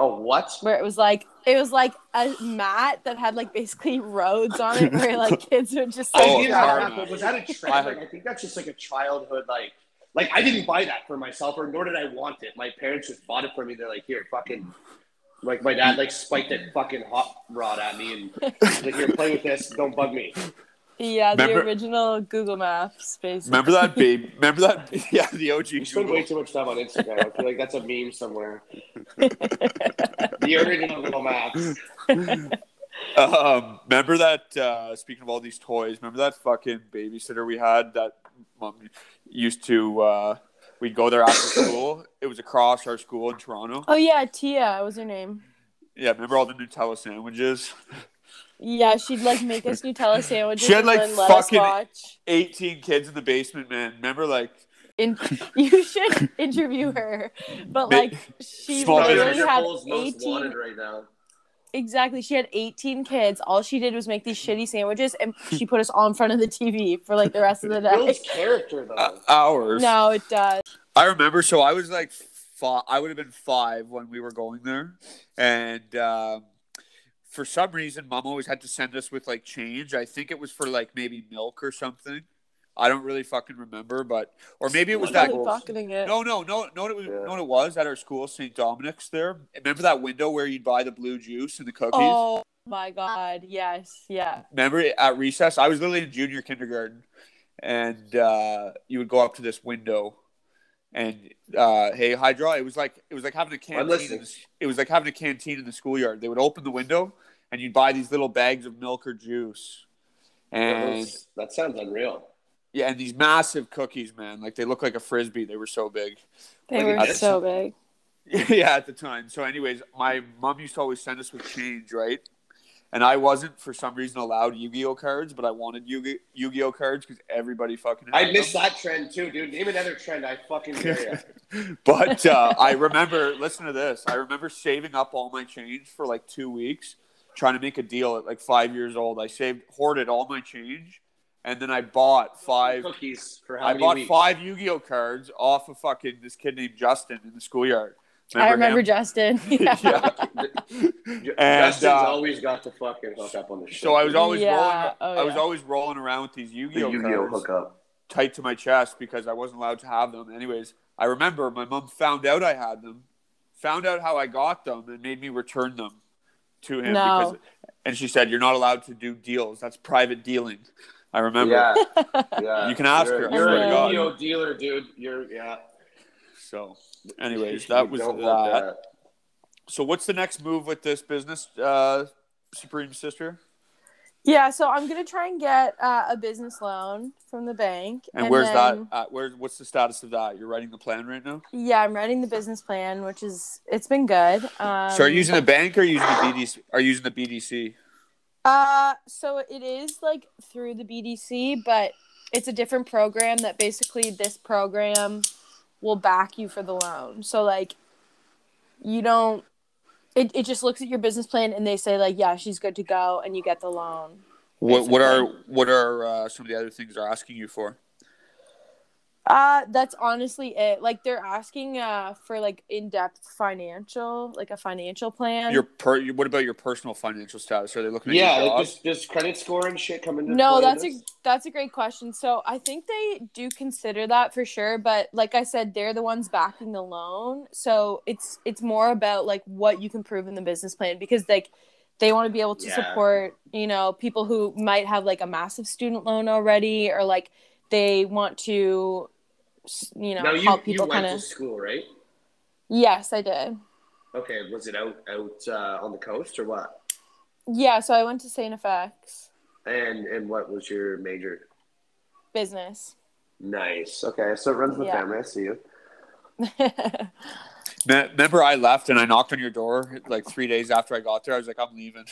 Speaker 2: Oh, what?
Speaker 3: where it was like it was like a mat that had like basically roads on it where like kids would just like,
Speaker 2: I
Speaker 1: Oh,
Speaker 2: did
Speaker 1: car
Speaker 2: have that,
Speaker 1: mat.
Speaker 2: but was that a
Speaker 1: I
Speaker 2: trend? Like, I think that's just like a childhood, like, like I didn't buy that for myself, or nor did I want it. My parents just bought it for me. They're like, here, fucking, like my dad like spiked that fucking hot rod at me, and he's like, here, play with this. Don't bug me.
Speaker 3: yeah the
Speaker 1: Remember-
Speaker 3: original Google Maps basically.
Speaker 1: Remember that baby? Remember that? Yeah, the OG.
Speaker 2: You spend way
Speaker 1: Google.
Speaker 2: too much time on Instagram. I feel like that's a meme somewhere. the original little maps.
Speaker 1: Um, remember that? Uh, speaking of all these toys, remember that fucking babysitter we had that mom used to. Uh, we'd go there after school. It was across our school in Toronto.
Speaker 3: oh yeah, Tia was her name.
Speaker 1: Yeah, remember all the Nutella sandwiches?
Speaker 3: Yeah, she'd like make us Nutella sandwiches.
Speaker 1: She had,
Speaker 3: and
Speaker 1: like,
Speaker 3: then let
Speaker 1: fucking-
Speaker 3: us watch.
Speaker 1: Eighteen kids in the basement, man. Remember, like
Speaker 3: In- you should interview her, but
Speaker 1: Ma-
Speaker 3: like she
Speaker 1: Small
Speaker 2: Probably
Speaker 3: literally
Speaker 1: business.
Speaker 3: had
Speaker 2: Interpol's most
Speaker 3: eighteen.
Speaker 2: wanted right now.
Speaker 3: Exactly, she had eighteen kids. All she did was make these shitty sandwiches, and she put us all in front of the TV for like the rest of the day.
Speaker 2: Builds character though.
Speaker 1: uh, hours.
Speaker 3: No, it does.
Speaker 1: I remember. So I was like, fi- I would have been five when we were going there, and um, for some reason, mom always had to send us with like change. I think it was for like maybe milk or something. I don't really fucking remember, but or maybe it was that.
Speaker 3: Really bucketing it.
Speaker 1: No, no, no, no. It was,
Speaker 2: Yeah.
Speaker 1: no, it was at our school, St. Dominic's. There, remember that window where you'd buy the blue juice and the cookies.
Speaker 3: oh my god, yes, yeah.
Speaker 1: Remember at recess, I was literally in junior kindergarten, and uh, you would go up to this window, and uh, hey, Hydra. It was like it was like having a canteen. In
Speaker 2: listening.
Speaker 1: the, it was like having a canteen in the schoolyard. They would open the window, and you'd buy these little bags of milk or juice, and
Speaker 2: Those- that sounds unreal.
Speaker 1: yeah, and these massive cookies, man. Like they look like a frisbee. They were so big.
Speaker 3: They
Speaker 2: Like,
Speaker 3: were
Speaker 1: that's-
Speaker 3: so big.
Speaker 1: yeah, at the time. So, anyways, my mom used to always send us with change, right? And I wasn't for some reason allowed Yu-Gi-Oh cards, but I wanted Yu- Yu-Gi-Oh cards because everybody fucking. Had
Speaker 2: I missed that trend too, dude. Name another trend. I fucking hear ya.
Speaker 1: them. But uh, I remember. Listen to this. I remember saving up all my change for like two weeks, trying to make a deal at like five years old. I saved, hoarded all my change, and then I bought five.
Speaker 2: cookies for how
Speaker 1: I
Speaker 2: many
Speaker 1: bought
Speaker 2: weeks?
Speaker 1: five Yu-Gi-Oh cards off of fucking this kid named Justin in the schoolyard.
Speaker 3: I remember
Speaker 1: him?
Speaker 3: Justin. Yeah.
Speaker 1: yeah.
Speaker 2: Ju-
Speaker 1: and,
Speaker 2: Justin's
Speaker 1: uh,
Speaker 2: always got the fucking hook up on the shit.
Speaker 1: So I was always
Speaker 3: Yeah,
Speaker 1: rolling.
Speaker 3: oh,
Speaker 1: I was
Speaker 3: yeah.
Speaker 1: always rolling around with these
Speaker 2: the
Speaker 1: Yu-Gi-Oh,
Speaker 2: Yu-Gi-Oh
Speaker 1: cards
Speaker 2: hookup.
Speaker 1: tight to my chest because I wasn't allowed to have them. Anyways, I remember my mom found out I had them, found out how I got them, and made me return them to him.
Speaker 3: No.
Speaker 1: Because, and she said, "You're not allowed to do deals. That's private dealing." I remember.
Speaker 2: Yeah, yeah.
Speaker 1: You can ask
Speaker 2: you're,
Speaker 1: her.
Speaker 2: You're
Speaker 3: I swear to
Speaker 2: a
Speaker 3: God.
Speaker 2: Yu-Gi-Oh dealer, dude. You're yeah.
Speaker 1: So, anyways,
Speaker 2: You
Speaker 1: that was that.
Speaker 2: don't want
Speaker 1: So, what's the next move with this business, uh, Supreme Sister?
Speaker 3: yeah, so I'm gonna try and get uh, a business loan from the bank.
Speaker 1: And, where's
Speaker 3: then-
Speaker 1: that? At? Where's what's the status of that? You're writing the plan right now.
Speaker 3: Yeah, I'm writing the business plan, which is it's been good. Um,
Speaker 1: so, are you using the bank or are you using the BDC? Are you using the BDC?
Speaker 3: Uh, so it is like through the BDC, but it's a different program that basically this program will back you for the loan. So like you don't it, it just looks at your business plan and they say like yeah she's good to go and you get the loan
Speaker 1: What what are what are uh, some of the other things they're asking you for?
Speaker 3: uh that's honestly it like they're asking uh for like in-depth financial like a financial plan
Speaker 1: Your per your- what about your personal financial status? Are they looking
Speaker 2: that.
Speaker 1: at
Speaker 2: Yeah,
Speaker 1: your
Speaker 2: like
Speaker 1: job?
Speaker 2: does, does credit score and shit come into
Speaker 3: No,
Speaker 2: play
Speaker 3: that's a
Speaker 2: with
Speaker 3: that's a great question. So I think they do consider that for sure, but like I said, they're the ones backing the loan. So it's it's more about like what you can prove in the business plan because like they want to be able to
Speaker 2: Yeah.
Speaker 3: support, you know, people who might have like a massive student loan already or like they want to s-
Speaker 2: this?
Speaker 3: you know,
Speaker 2: Now you,
Speaker 3: help
Speaker 2: you
Speaker 3: people
Speaker 2: went
Speaker 3: kind
Speaker 2: to
Speaker 3: of
Speaker 2: school, right?
Speaker 3: Yes, I did.
Speaker 2: Okay, was it out out uh, on the coast or what?
Speaker 3: Yeah, so I went to St. FX
Speaker 2: And and what was your major?
Speaker 3: business.
Speaker 2: Nice. Okay, so it runs in the
Speaker 3: Yeah.
Speaker 2: family. I see you.
Speaker 1: Me- Remember, I left and I knocked on your door like three days after I got there. I was like, I'm leaving.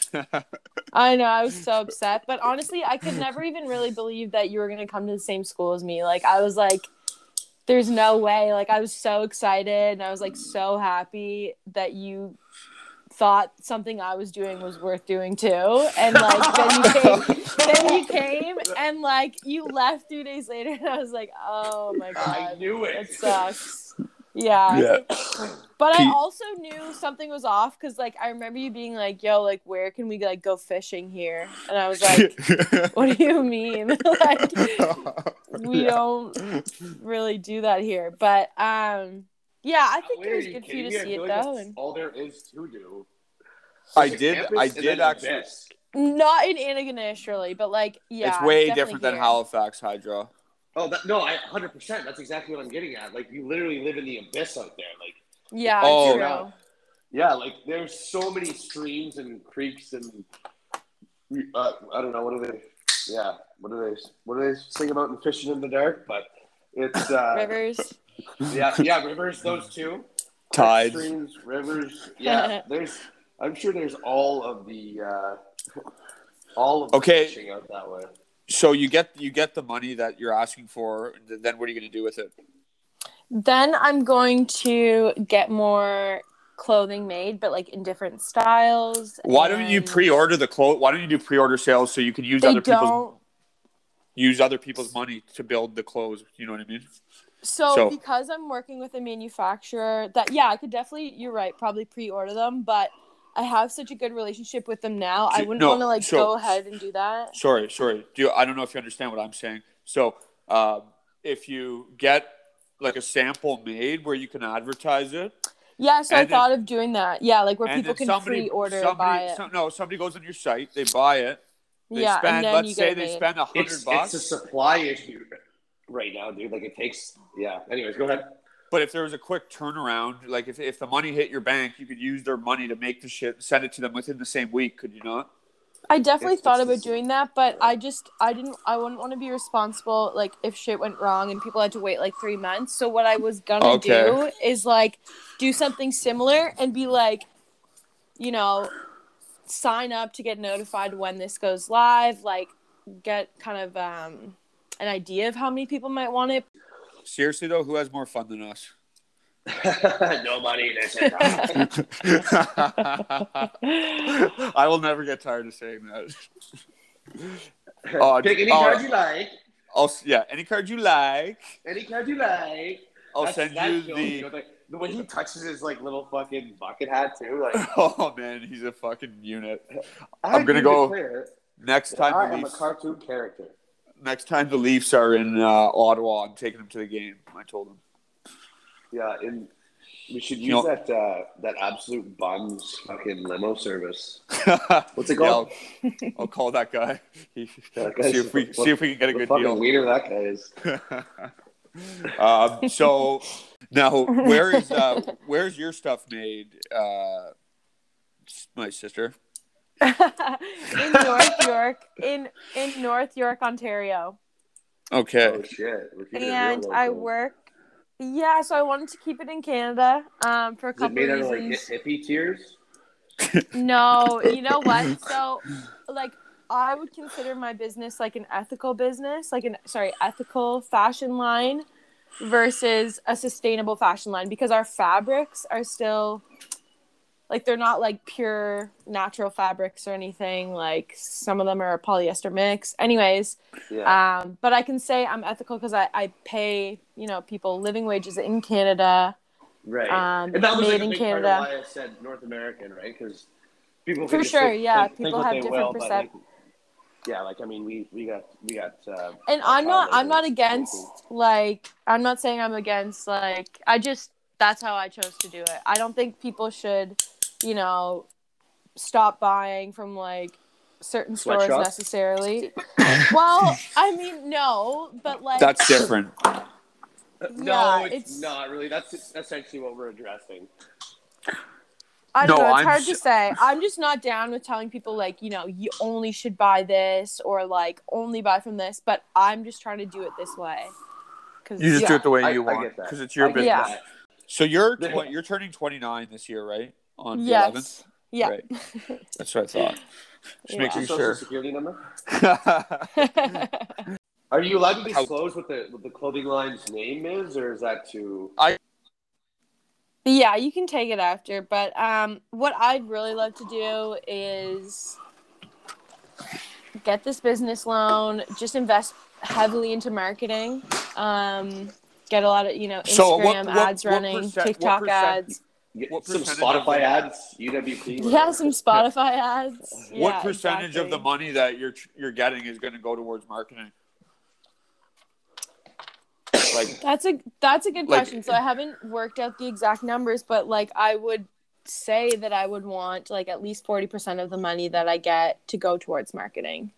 Speaker 3: I know, I was so upset. But honestly, I could never even really believe that you were going to come to the same school as me. Like, I was like, there's no way. Like, I was so excited and I was like so happy that you thought something I was doing was worth doing too. And like, then you came, then you came and like you left two days later. And I was like, oh my
Speaker 2: I
Speaker 3: God,
Speaker 2: knew it.
Speaker 3: it sucks. Yeah.
Speaker 1: Yeah.
Speaker 3: But I
Speaker 1: Pete.
Speaker 3: also knew something was off because, like, I remember you being like, "Yo, like, where can we like go fishing here?" And I was like, "What do you mean? like, we
Speaker 1: Yeah.
Speaker 3: don't really do that here." But um, yeah, I think
Speaker 2: Where
Speaker 3: it
Speaker 2: are
Speaker 3: was
Speaker 2: you
Speaker 3: good for
Speaker 2: kidding me?
Speaker 3: you to
Speaker 2: I
Speaker 3: see
Speaker 2: feel
Speaker 3: it
Speaker 2: like that's
Speaker 3: though. And...
Speaker 2: all there is to do.
Speaker 1: I
Speaker 2: The
Speaker 1: did.
Speaker 2: campus
Speaker 1: I
Speaker 2: and then
Speaker 1: did
Speaker 2: the
Speaker 1: actually.
Speaker 2: desk.
Speaker 3: Not in Antigonish, really, but like, yeah,
Speaker 1: it's way
Speaker 3: definitely
Speaker 1: different than
Speaker 3: here.
Speaker 1: Halifax Hydro.
Speaker 2: Oh that, no, I 100. percent That's exactly what I'm getting at. Like you literally live in the abyss out there. Like
Speaker 3: Yeah,
Speaker 1: Oh.
Speaker 3: true.
Speaker 2: Yeah. yeah, like there's so many streams and creeks and uh, I don't know what are they. Yeah, what are they? What are they sing about in fishing in the dark? But it's uh,
Speaker 3: Rivers.
Speaker 2: yeah, yeah, rivers. Those two
Speaker 1: Tides.
Speaker 2: streams, rivers. Yeah, there's. I'm sure there's all of the uh, all of the
Speaker 1: Okay.
Speaker 2: fishing out that way.
Speaker 1: So you get you get the money that you're asking for. and th- Then what are you going to do with it?
Speaker 3: Then I'm going to get more clothing made, but like in different styles.
Speaker 1: Why don't you
Speaker 3: and
Speaker 1: pre-order the clothes? Why don't you do pre-order sales so you can use
Speaker 3: They
Speaker 1: other people's
Speaker 3: don't.
Speaker 1: use other people's money to build the clothes? You know what I mean?
Speaker 3: So,
Speaker 1: So-
Speaker 3: because I'm working with a manufacturer that yeah, I could definitely you're right, probably pre-order them, but I have such a good relationship with them now. I
Speaker 1: So-
Speaker 3: wouldn't
Speaker 1: no,
Speaker 3: want to like
Speaker 1: so-
Speaker 3: go ahead and do that.
Speaker 1: Sorry, sorry. Do you, I don't know if you understand what I'm saying. So um, if you get like a sample made where you can advertise it,
Speaker 3: Yeah, so I
Speaker 1: And then-
Speaker 3: thought of doing that. Yeah, like where people
Speaker 1: then
Speaker 3: can
Speaker 1: somebody-
Speaker 3: pre-order and
Speaker 1: somebody-
Speaker 3: buy it.
Speaker 1: some- no, somebody goes on your site, they buy it, they
Speaker 3: yeah,
Speaker 1: spend.
Speaker 3: and then
Speaker 1: let's
Speaker 3: you
Speaker 1: say
Speaker 3: get it
Speaker 1: they
Speaker 3: made.
Speaker 1: spend a hundred
Speaker 2: It's,
Speaker 1: bucks.
Speaker 2: it's a supply issue right now, dude. Like it takes. Yeah. Anyways, go ahead.
Speaker 1: But if there was a quick turnaround, like if, if the money hit your bank, you could use their money to make the shit and send it to them within the same week, could you not?
Speaker 3: I definitely
Speaker 2: It's-
Speaker 3: thought
Speaker 2: it's
Speaker 3: about
Speaker 2: just-
Speaker 3: doing that, but I just I didn't I wouldn't want to be responsible like if shit went wrong and people had to wait like three months. So what I was gonna
Speaker 1: Okay.
Speaker 3: do is like do something similar and be like, you know, sign up to get notified when this goes live, like get kind of um an idea of how many people might want it.
Speaker 1: Seriously though, who has more fun than us?
Speaker 2: no money. That's it.
Speaker 1: I will never get tired of saying that. Oh,
Speaker 2: Pick any
Speaker 1: oh,
Speaker 2: card you like.
Speaker 1: I'll yeah, any card you like.
Speaker 2: Any card you like.
Speaker 1: I'll
Speaker 2: That's-
Speaker 1: send
Speaker 2: that
Speaker 1: you
Speaker 2: shows,
Speaker 1: the.
Speaker 2: you know, like, the way he touches his like little fucking bucket hat too. Like
Speaker 1: Oh man, he's a fucking unit.
Speaker 2: I
Speaker 1: gonna
Speaker 2: do
Speaker 1: go-
Speaker 2: declare
Speaker 1: Next
Speaker 2: that I
Speaker 1: time the
Speaker 2: am a
Speaker 1: Leafs,
Speaker 2: cartoon character.
Speaker 1: next time the Leafs are in uh, Ottawa, I'm taking them to the game. I told him.
Speaker 2: Yeah, and we should use
Speaker 1: You know-
Speaker 2: that uh, that absolute bums fucking limo service. What's it
Speaker 1: Yeah,
Speaker 2: called?
Speaker 1: I'll, I'll call that guy. He-
Speaker 2: That guy's-
Speaker 1: see if we see if we can get a
Speaker 2: What
Speaker 1: good
Speaker 2: fucking
Speaker 1: deal.
Speaker 2: wiener that guy is.
Speaker 1: um, so now, where is uh, where's your stuff made, uh, s- my sister?
Speaker 3: in North York, in in North York, Ontario.
Speaker 1: Okay,
Speaker 2: Oh shit! We're keeping it real
Speaker 3: and I
Speaker 2: local.
Speaker 3: work. Yeah, so I wanted to keep it in Canada um, for a
Speaker 2: Is it
Speaker 3: couple
Speaker 2: made
Speaker 3: of
Speaker 2: out of like
Speaker 3: reasons.
Speaker 2: hippie tears?
Speaker 3: no, you know what? So, like, I would consider my business like an ethical business, like an sorry, ethical fashion line versus a sustainable fashion line because our fabrics are still like they're not like pure natural fabrics or anything. Like some of them are a polyester mix. Anyways,
Speaker 2: Yeah.
Speaker 3: um, but I can say I'm ethical because I, I pay you know people living wages in Canada.
Speaker 2: right.
Speaker 3: Um,
Speaker 2: and that was like,
Speaker 3: made
Speaker 2: a
Speaker 3: in
Speaker 2: big part
Speaker 3: Canada.
Speaker 2: of why I said North American, right? Because people
Speaker 3: For
Speaker 2: can just
Speaker 3: sure,
Speaker 2: think-
Speaker 3: yeah,
Speaker 2: think- think
Speaker 3: people
Speaker 2: what
Speaker 3: have
Speaker 2: they
Speaker 3: different
Speaker 2: but,
Speaker 3: percep-
Speaker 2: like, yeah, like I mean, we we got we got. Uh,
Speaker 3: And I'm not I'm not
Speaker 2: colonizers.
Speaker 3: against like I'm not saying I'm against like I just that's how I chose to do it. I don't think people should you know stop buying from like certain stores
Speaker 2: Sweatshops?
Speaker 3: necessarily. well, I mean no, but
Speaker 2: Oh,
Speaker 3: like
Speaker 1: that's different.
Speaker 2: No,
Speaker 3: Yeah,
Speaker 2: it's,
Speaker 3: it's-
Speaker 2: not really. That's essentially what we're addressing.
Speaker 3: I don't
Speaker 1: No,
Speaker 3: know. It's
Speaker 1: I'm
Speaker 3: hard
Speaker 1: s-
Speaker 3: to say. I'm just not down with telling people like, you know, you only should buy this or like only buy from this. But I'm just trying to do it this way. Cause
Speaker 1: You just do
Speaker 3: yeah.
Speaker 1: it the way
Speaker 2: I-
Speaker 1: you
Speaker 2: I
Speaker 1: want
Speaker 2: get that.
Speaker 1: because it's your
Speaker 2: I get
Speaker 1: business.
Speaker 3: Yeah.
Speaker 2: that.
Speaker 1: So you're
Speaker 2: Yeah.
Speaker 1: tw- you're turning 29 this year, right? On
Speaker 3: Yes.
Speaker 1: the 11th.
Speaker 3: Yeah.
Speaker 1: Right. That's what I thought. Just
Speaker 3: Yeah.
Speaker 2: What's your
Speaker 1: making
Speaker 2: social
Speaker 1: sure.
Speaker 2: security number? Are you allowed to disclose what the what the clothing line's name is, or is that too?
Speaker 3: yeah, you can take it after. But um, what I'd really love to do is get this business loan, just invest heavily into marketing. Um, get a lot of you know Instagram
Speaker 1: So what- what-
Speaker 3: ads
Speaker 1: what
Speaker 3: running,
Speaker 1: percent- what
Speaker 3: TikTok
Speaker 1: percent-
Speaker 3: ads.
Speaker 2: Get
Speaker 1: What
Speaker 2: some
Speaker 1: percentage of
Speaker 2: Spotify
Speaker 1: the-
Speaker 2: ads, UWP.
Speaker 3: Yeah, some Spotify ads.
Speaker 1: what
Speaker 3: Yeah,
Speaker 1: percentage of the
Speaker 3: exactly.
Speaker 1: money that you're you're getting is going to go towards marketing?
Speaker 2: Like,
Speaker 3: That's a that's a good
Speaker 1: Like-
Speaker 3: question. So I haven't worked out the exact numbers, but like I would say that I would want like at least forty percent of the money that I get to go towards marketing.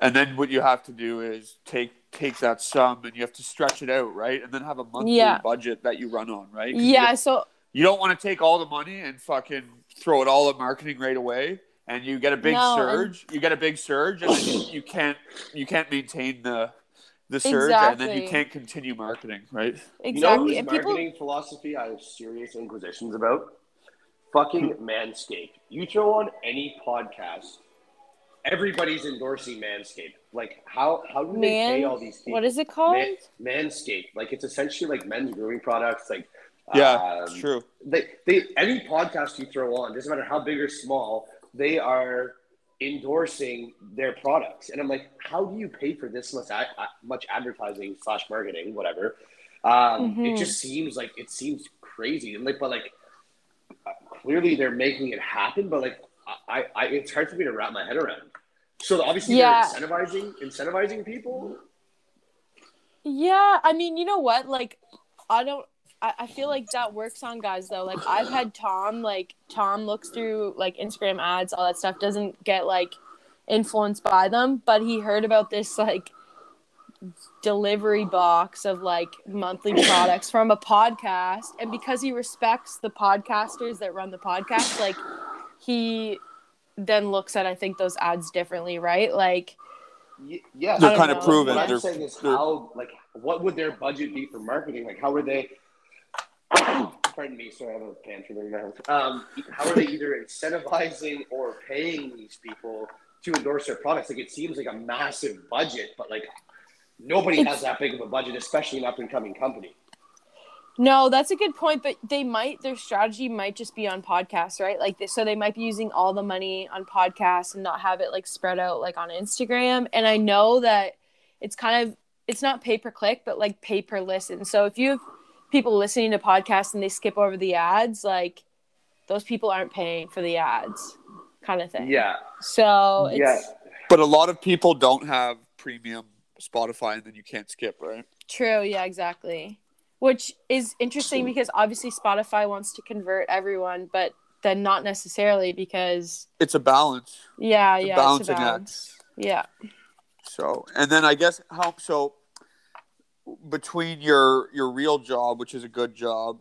Speaker 1: And then what you have to do is take take that sum and you have to stretch it out, right? And then have a monthly
Speaker 3: Yeah.
Speaker 1: budget that you run on, right? 'Cause you-
Speaker 3: Yeah, so
Speaker 1: You don't want to take all the money and fucking throw it all at marketing right away. And you get a big
Speaker 3: No, and-
Speaker 1: surge. You get a big surge, and then you, you can't you can't maintain the the surge, and then you
Speaker 3: Exactly.
Speaker 1: can't continue marketing, right?
Speaker 2: you know
Speaker 3: exactly.
Speaker 2: whose
Speaker 3: and people
Speaker 2: marketing philosophy I have serious inquisitions about? Fucking Manscaped. You throw on any podcast, everybody's endorsing Manscaped. Like, how how do they pay all
Speaker 3: man,
Speaker 2: these people?
Speaker 3: what is it called?
Speaker 2: Man- Manscaped. Like, it's essentially like men's grooming products. Like,
Speaker 1: Yeah,
Speaker 2: um,
Speaker 1: it's true.
Speaker 2: they, they any podcast you throw on doesn't matter how big or small they are endorsing their products and i'm like how do you pay for this much, ad- uh, much advertising slash marketing whatever um, it
Speaker 3: Mhm.
Speaker 2: just seems like it seems crazy and like but like uh, clearly they're making it happen but like I, I it's hard for me to wrap my head around so obviously
Speaker 3: Yeah.
Speaker 2: they're incentivizing incentivizing people
Speaker 3: Yeah, I mean, you know what? Like, I don't. I, I feel like that works on guys though. Like, I've had Tom. Like, Tom looks through like Instagram ads, all that stuff. Doesn't get like influenced by them, but he heard about this like delivery box of like monthly products from a podcast, and because he respects the podcasters that run the podcast, like he then looks at I think those ads differently, right? Like,
Speaker 2: Y- yeah
Speaker 1: They're
Speaker 3: I don't
Speaker 1: kind
Speaker 3: know.
Speaker 1: of proven.
Speaker 2: What I'm
Speaker 1: They're,
Speaker 2: saying is
Speaker 1: they're-
Speaker 2: how like what would their budget be for marketing? Like how were they? Pardon me, sorry, I have a pantry in my house. Um, how are they either incentivizing or paying these people to endorse their products? Like it seems like a massive budget, but like nobody has that big of a budget, especially an up and coming company.
Speaker 3: No, that's a good point, but they might their strategy might just be on podcasts, right? Like they, so they might be using all the money on podcasts and not have it like spread out like on Instagram. And I know that it's kind of it's not pay per click, but like pay per listen. So if you have people listening to podcasts and they skip over the ads, like those people aren't paying for the ads kind of thing.
Speaker 2: Yeah,
Speaker 3: So Oh, it's
Speaker 2: yeah.
Speaker 1: but a lot of people don't have premium Spotify, and then you can't skip, right?
Speaker 3: True. Yeah, exactly. Which is interesting because obviously Spotify wants to convert everyone, but then not necessarily because
Speaker 1: It's a balance.
Speaker 3: yeah,
Speaker 1: It's a
Speaker 3: yeah,
Speaker 1: balancing
Speaker 3: it's a balance. Yeah.
Speaker 1: So, and then I guess how so between your your real job, which is a good job,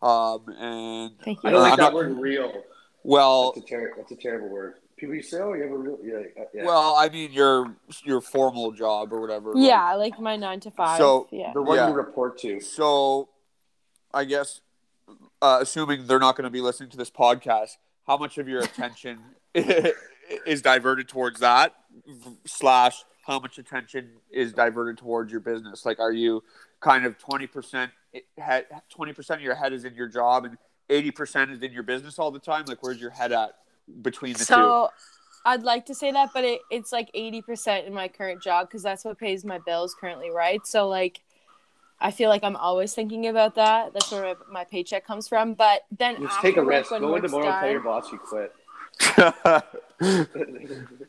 Speaker 1: um, and
Speaker 3: Thank
Speaker 2: I
Speaker 3: you.
Speaker 2: don't like
Speaker 1: I'm
Speaker 2: that
Speaker 1: not-
Speaker 2: word real.
Speaker 1: Uh, well,
Speaker 2: That's a, ter- that's a terrible word. People you say, oh, you have a real, yeah, yeah.
Speaker 1: well, I mean your your formal job or whatever. like-
Speaker 3: Yeah, like my nine to five.
Speaker 1: So,
Speaker 3: yeah.
Speaker 2: the one
Speaker 1: yeah.
Speaker 2: you report to.
Speaker 1: so, I guess uh, assuming they're not going to be listening to this podcast, how much of your attention is diverted towards that slash how much attention is diverted towards your business like are you kind of 20% it- head 20% of your head is in your job and 80% is in your business all the time like where's your head at between the
Speaker 3: So I'd like to say that, but it, it's like eighty percent in my current job because that's what pays my bills currently, right? So like, I feel like I'm always thinking about that. That's where my, my paycheck comes from. But then
Speaker 2: Just
Speaker 3: after
Speaker 2: take a
Speaker 3: work,
Speaker 2: risk.
Speaker 3: when
Speaker 2: Go in
Speaker 3: work's
Speaker 2: tomorrow and tell
Speaker 3: done-
Speaker 2: your boss you quit.
Speaker 1: two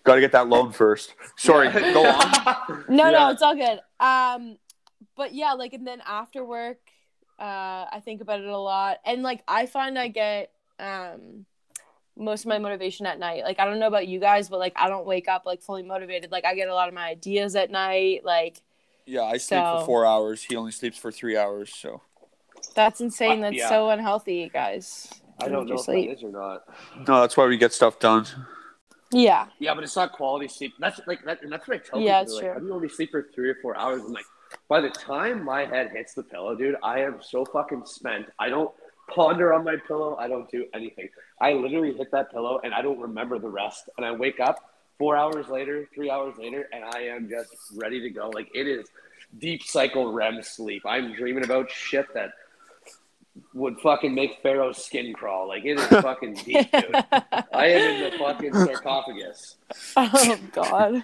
Speaker 1: got to get that loan first sorry go on
Speaker 3: No,
Speaker 1: Yeah.
Speaker 3: no, it's all good. Um, but yeah, like, and then after work, uh, I think about it a lot, and like, I find I get um most of my motivation at night. Like, I don't know about you guys, but like, I don't wake up like fully motivated. Like, I get a lot of my ideas at night. Like,
Speaker 1: yeah i sleep for
Speaker 3: So-
Speaker 1: 4 hours he only sleps for 3 hours so
Speaker 3: that's insane.
Speaker 2: Uh,
Speaker 3: That's
Speaker 2: yeah.
Speaker 3: so unhealthy, guys.
Speaker 2: I don't know
Speaker 3: Need your
Speaker 2: if that
Speaker 3: sleep.
Speaker 2: is or not.
Speaker 1: no that's why we get stuff done
Speaker 3: Yeah,
Speaker 2: Yeah, but it's not quality sleep. That's like that, and that's what I tell
Speaker 3: Yeah,
Speaker 2: people.
Speaker 3: it's
Speaker 2: Like,
Speaker 3: true.
Speaker 2: how do you only sleep for three or four hours? I'm like, by the time my head hits the pillow, dude, I am so fucking spent. I don't ponder on my pillow. I don't do anything. I literally hit that pillow and I don't remember the rest. And I wake up four hours later, three hours later, and I am just ready to go. Like it is deep cycle REM sleep. I'm dreaming about shit that would fucking make Pharaoh's skin crawl. Like it is fucking deep, dude. I am in the fucking sarcophagus.
Speaker 3: oh god.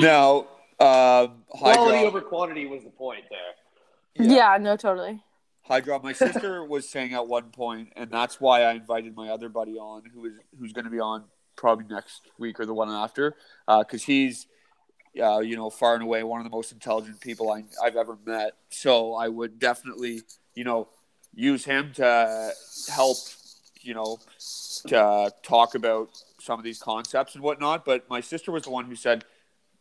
Speaker 1: Now, um, high
Speaker 2: Quality
Speaker 1: job.
Speaker 2: over quantity was the point there.
Speaker 3: Yeah. no, totally.
Speaker 1: High draw. My sister was saying at one point, and that's why I invited my other buddy on, who is who's going to be on probably next week or the one after, because he's, uh, you know, far and away one of the most intelligent people I, I've ever met. So I would definitely, you know, use him to help, you know, to uh, talk about some of these concepts and whatnot. But my sister was the one who said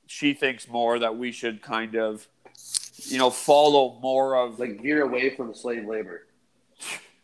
Speaker 1: she thinks more that we should kind of, you know, follow more of
Speaker 2: Like veer away from slave labor.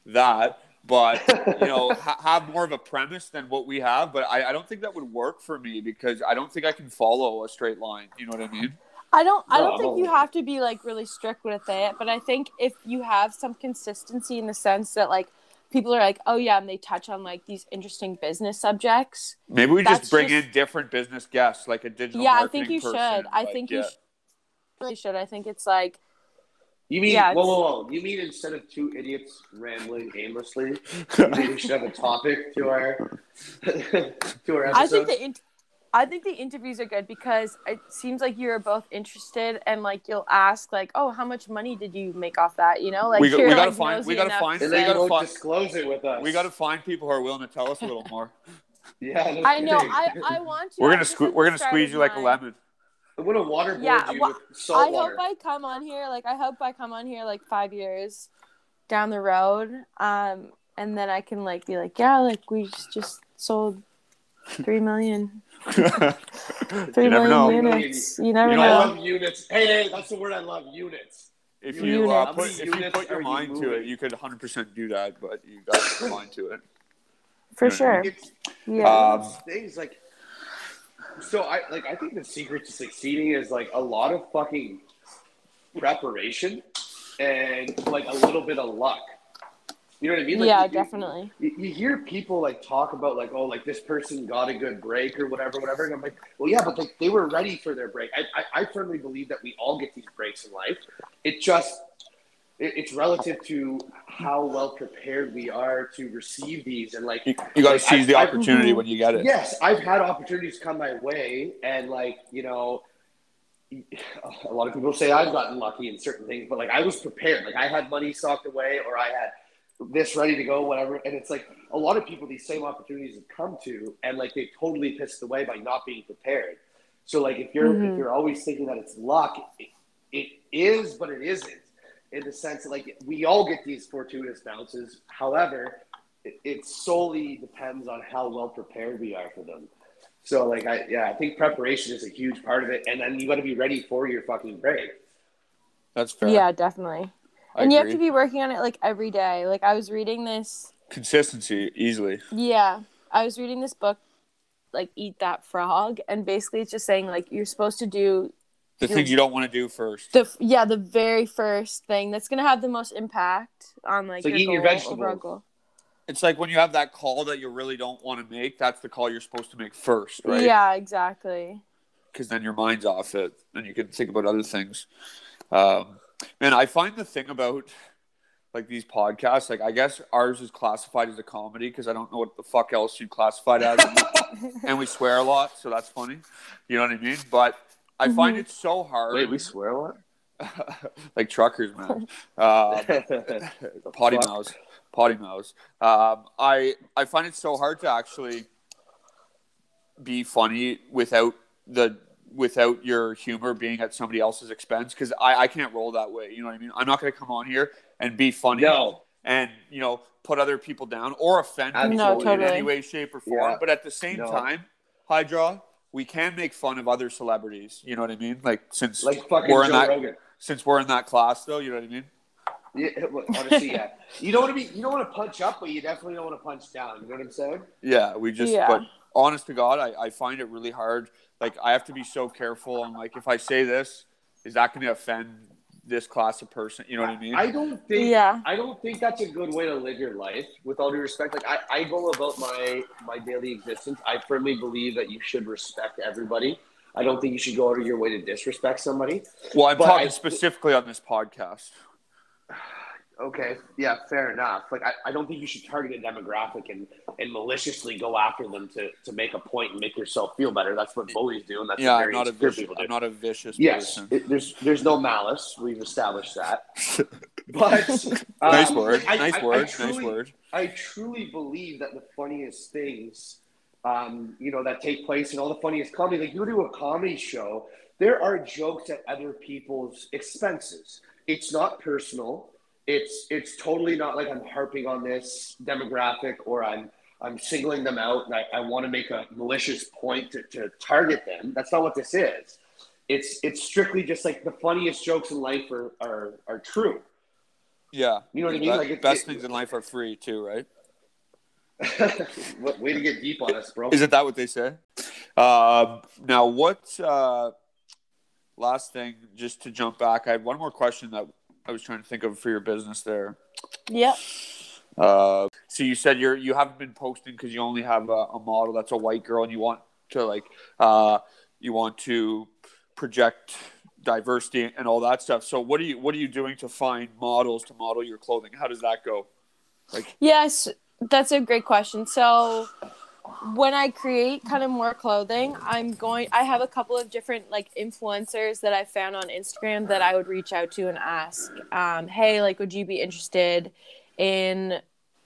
Speaker 1: that, but you know, ha- have more of a premise than what we have. But I, I don't think that would work for me because I don't think I can follow a straight line. You know what I mean?
Speaker 3: I don't. I
Speaker 2: No,
Speaker 3: don't
Speaker 2: I'm
Speaker 3: think
Speaker 2: all
Speaker 3: you
Speaker 2: in.
Speaker 3: have to be like really strict with it, but I think if you have some consistency in the sense that like people are like, oh yeah, and they touch on like these interesting business subjects.
Speaker 1: Maybe we
Speaker 3: That's
Speaker 1: just bring
Speaker 3: just-
Speaker 1: in different business guests, like a digital.
Speaker 3: yeah, I
Speaker 1: marketing
Speaker 3: think you should.
Speaker 1: person,
Speaker 3: I
Speaker 1: like,
Speaker 3: think
Speaker 1: yeah.
Speaker 3: you sh- really should. I think it's like
Speaker 2: You mean
Speaker 3: Yeah,
Speaker 2: whoa,
Speaker 3: it's-
Speaker 2: whoa, whoa? You mean instead of two idiots rambling aimlessly, you mean we should have a topic to our to our episode?
Speaker 3: I think the int- I think the interviews are good because it seems like you're both interested and like you'll ask like, oh, how much money did you make off that? You know, like
Speaker 1: we, we
Speaker 3: you're,
Speaker 1: gotta
Speaker 3: like,
Speaker 1: find.
Speaker 3: nosy
Speaker 1: We gotta
Speaker 3: enough.
Speaker 1: find. We
Speaker 2: and then you
Speaker 1: gotta
Speaker 2: won't
Speaker 1: find.
Speaker 2: disclose it with us.
Speaker 1: We gotta find people who are willing to tell us a little more.
Speaker 2: Yeah, no
Speaker 3: I know.
Speaker 2: kidding.
Speaker 3: I I want you.
Speaker 1: we're
Speaker 3: I
Speaker 1: gonna
Speaker 3: just
Speaker 1: sque-
Speaker 3: have
Speaker 1: we're
Speaker 3: to
Speaker 1: gonna
Speaker 3: start
Speaker 1: squeeze
Speaker 3: with
Speaker 1: you like a
Speaker 3: mine.
Speaker 1: lemon.
Speaker 2: I'm gonna waterboard
Speaker 3: Yeah,
Speaker 2: you
Speaker 3: wha-
Speaker 2: with
Speaker 3: I
Speaker 2: salt
Speaker 3: hope
Speaker 2: water.
Speaker 3: I come on here. Like I hope I come on here like five years down the road, um, and then I can like be like, yeah, like we just, just sold three million,
Speaker 1: you
Speaker 3: three
Speaker 1: never
Speaker 3: million
Speaker 1: know.
Speaker 3: units. You never
Speaker 1: You
Speaker 2: I
Speaker 1: know
Speaker 3: know.
Speaker 2: love units. Hey, hey, that's the word I love. Units.
Speaker 1: If
Speaker 2: Units.
Speaker 1: you uh,
Speaker 3: How
Speaker 1: put
Speaker 2: many
Speaker 1: if you
Speaker 2: units
Speaker 1: put your
Speaker 2: are you
Speaker 1: mind to
Speaker 2: moving?
Speaker 1: it, you could 100 percent do that, but you got to put your mind to it.
Speaker 3: For sure.
Speaker 1: Uh,
Speaker 2: It's
Speaker 3: Yeah.
Speaker 1: Um,
Speaker 2: those things like. So I like. I think the secret to succeeding is like a lot of fucking preparation and like a little bit of luck. You know what I mean? Like,
Speaker 3: yeah,
Speaker 2: you-
Speaker 3: definitely.
Speaker 2: You, you hear people like talk about like, oh, like this person got a good break or whatever, whatever. And I'm like, well, yeah, but like, they were ready for their break. I, I, I firmly believe that we all get these breaks in life. It just, it, it's relative to how well prepared we are to receive these. And like,
Speaker 1: You, you got to
Speaker 2: Like,
Speaker 1: seize
Speaker 2: I-
Speaker 1: the
Speaker 2: I-
Speaker 1: opportunity when you get it.
Speaker 2: yes, I've had opportunities come my way. And like, you know, a lot of people say I've gotten lucky in certain things, but like I was prepared. Like I had money socked away or I had this ready to go, whatever. And it's like a lot of people, these same opportunities have come to, and like they totally pissed away by not being prepared. So like if you're
Speaker 3: Mhm.
Speaker 2: if you're always thinking that it's luck, it, it is, but it isn't. In the sense that like we all get these fortuitous bounces. However, it, it solely depends on how well prepared we are for them. So like I yeah, I think preparation is a huge part of it, and then you got to be ready for your fucking break.
Speaker 1: That's fair.
Speaker 3: Yeah, definitely.
Speaker 1: I
Speaker 3: and you have
Speaker 1: agree.
Speaker 3: to be working on it like every day. Like I was reading this
Speaker 1: consistency easily.
Speaker 3: Yeah, I was reading this book, like Eat That Frog, and basically it's just saying like you're supposed to do
Speaker 1: The
Speaker 3: You're-
Speaker 1: things you don't want to do first.
Speaker 3: the yeah the very first thing that's gonna have the most impact on like
Speaker 2: So
Speaker 3: your
Speaker 2: eat
Speaker 3: goal,
Speaker 2: your
Speaker 3: overall
Speaker 2: vegetables.
Speaker 3: goal.
Speaker 1: It's like when you have that call that you really don't want to make. That's the call you're supposed to make first, right?
Speaker 3: Yeah, exactly.
Speaker 1: because then your mind's off it and you can think about other things. Um, and I find the thing about like these podcasts, like I guess ours is classified as a comedy because I don't know what the fuck else you'd classify it as. and we swear a lot, so that's funny. You know what I mean? But I find
Speaker 3: Mhm.
Speaker 1: it so hard.
Speaker 2: swear a lot.
Speaker 1: like truckers, man. Um, potty
Speaker 2: Fuck.
Speaker 1: mouths, potty mouths. Um, I I find it so hard to actually be funny without the without your humor being at somebody else's expense because I, I can't roll that way. You know what I mean? I'm not going to come on here and be funny
Speaker 2: no,
Speaker 1: and you know put other people down or offend people
Speaker 3: No,
Speaker 1: in
Speaker 3: totally.
Speaker 1: any way, shape, or form.
Speaker 2: Yeah.
Speaker 1: But at the same
Speaker 2: No.
Speaker 1: time, Hydra. We can make fun of other celebrities, you know what I mean? Like since
Speaker 2: like fucking
Speaker 1: we're
Speaker 2: Joe
Speaker 1: in that
Speaker 2: Rogan.
Speaker 1: since we're in that class, though, you know what I mean?
Speaker 2: Yeah, well, honestly, yeah. You don't want to be. You don't want to punch up, but you definitely don't want to punch down. You know what I'm saying?
Speaker 1: Yeah, we just.
Speaker 3: Yeah.
Speaker 1: But honest to God, I, I find it really hard. Like I have to be so careful. I'm like, if I say this, is that going to offend this class of person? You know what I mean?
Speaker 2: I don't think.
Speaker 3: Yeah.
Speaker 2: I don't think that's a good way to live your life. With all due respect, like I, I go about my my daily existence. I firmly believe that you should respect everybody. I don't think you should go out of your way to disrespect somebody.
Speaker 1: well, I'm
Speaker 2: but
Speaker 1: talking
Speaker 2: I-
Speaker 1: specifically on this podcast.
Speaker 2: okay, yeah, fair enough. Like, I, I don't think you should target a demographic and, and maliciously go after them to, to make a point and make yourself feel better. That's what bullies do, and that's
Speaker 1: Yeah,
Speaker 2: what
Speaker 1: I'm
Speaker 2: very
Speaker 1: not a
Speaker 2: insecure
Speaker 1: vicious.
Speaker 2: people do.
Speaker 1: I'm not a vicious
Speaker 2: yes,
Speaker 1: person.
Speaker 2: it- there's there's no malice. We've established that. But um,
Speaker 1: nice word.
Speaker 2: I-
Speaker 1: nice
Speaker 2: I- I
Speaker 1: word. nice
Speaker 2: truly-
Speaker 1: word.
Speaker 2: I truly believe that the funniest things, um, you know, that take place in all the funniest comedy, like you do a comedy show, there are jokes at other people's expenses. It's not personal. It's it's totally not like I'm harping on this demographic or I'm I'm singling them out and I, I want to make a malicious point to, to target them. That's not what this is. It's it's strictly just like the funniest jokes in life are are, are true.
Speaker 1: Yeah.
Speaker 2: You know what I
Speaker 1: The
Speaker 2: mean?
Speaker 1: be-
Speaker 2: Like, it-
Speaker 1: best
Speaker 2: it-
Speaker 1: things in life are free too, right?
Speaker 2: What way to get deep on us, bro.
Speaker 1: Isn't that what they say? Um now, what uh, last thing, just to jump back, I had one more question that I was trying to think of for your business there.
Speaker 3: Yep.
Speaker 1: Uh, so you said you're you haven't been posting because you only have a, a model that's a white girl, and you want to like uh, you want to project diversity and all that stuff. So what are you what are you doing to find models to model your clothing? How does that go?
Speaker 3: Yes, that's a great question. So when I create kind of more clothing, I'm going I have a couple of different like influencers that I found on Instagram that I would reach out to and ask, um, hey, like would you be interested in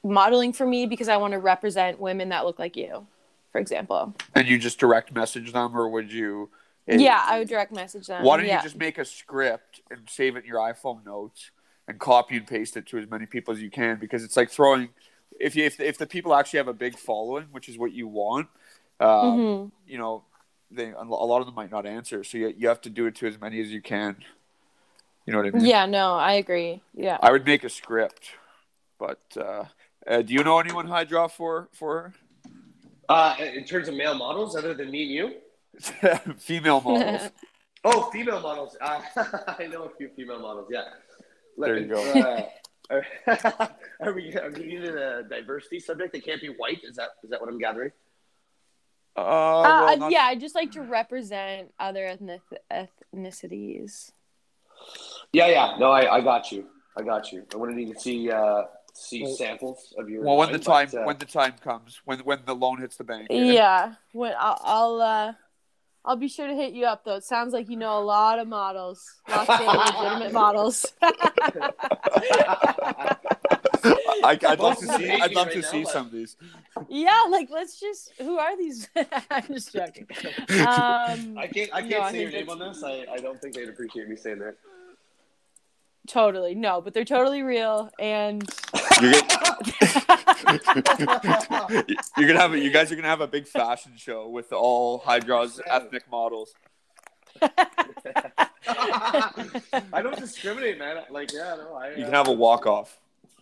Speaker 3: modeling for me because I want to represent women that look like you, for example.
Speaker 1: And you just direct message them, or would you? eh,
Speaker 3: yeah, I would direct message them.
Speaker 1: Why don't
Speaker 3: yeah.
Speaker 1: you just make a script and save it in your iPhone notes and copy and paste it to as many people as you can? Because it's like throwing if you, if if the people actually have a big following, which is what you want, um,
Speaker 3: Mhm.
Speaker 1: you know, they a lot of them might not answer. So you you have to do it to as many as you can. You know what I mean?
Speaker 3: Mm-hmm. Yeah, no, I agree. Yeah.
Speaker 1: I would make a script, but uh, uh, do you know anyone high draw for for
Speaker 2: Uh, in terms of male models, other than me and you?
Speaker 1: her? female models? Uh,
Speaker 2: Oh, female models. Uh, I know a few female models. Yeah. Let
Speaker 1: There you go.
Speaker 2: uh, are, are we are we in a diversity subject? They can't be white. Is that is that what I'm gathering?
Speaker 1: Uh,
Speaker 3: Uh,
Speaker 1: well,
Speaker 3: uh,
Speaker 1: not-
Speaker 3: yeah, I just like to represent other ethnic ethnicities.
Speaker 2: Yeah, yeah. No, I, I got you. I got you. I wanted you to see uh, see
Speaker 1: Well-
Speaker 2: samples of your.
Speaker 1: Well, when the time
Speaker 2: design, but, uh,
Speaker 1: when the time comes, when when the loan hits the bank. eh?
Speaker 3: Yeah, when I'll I'll, uh, I'll be sure to hit you up though. It sounds like you know a lot of models, lots of legitimate models.
Speaker 2: uh,
Speaker 1: I, I'd love to
Speaker 2: Both
Speaker 1: see.
Speaker 2: amazing
Speaker 1: I'd love to
Speaker 2: right
Speaker 1: see
Speaker 2: now,
Speaker 1: some of these.
Speaker 3: yeah, like let's just who are these? I'm just joking. Um,
Speaker 2: I can't. I
Speaker 3: No,
Speaker 2: can't
Speaker 3: I
Speaker 2: say your name
Speaker 3: think that's-
Speaker 2: on this. I, I don't think they'd appreciate me saying that.
Speaker 3: totally no, but they're totally real and.
Speaker 1: You're gonna, you're gonna have. A, you guys are gonna have a big fashion show with all Hydra's ethnic models.
Speaker 2: I don't discriminate, man. Like, yeah, no, I.
Speaker 1: You
Speaker 2: uh,
Speaker 1: can have a walk off.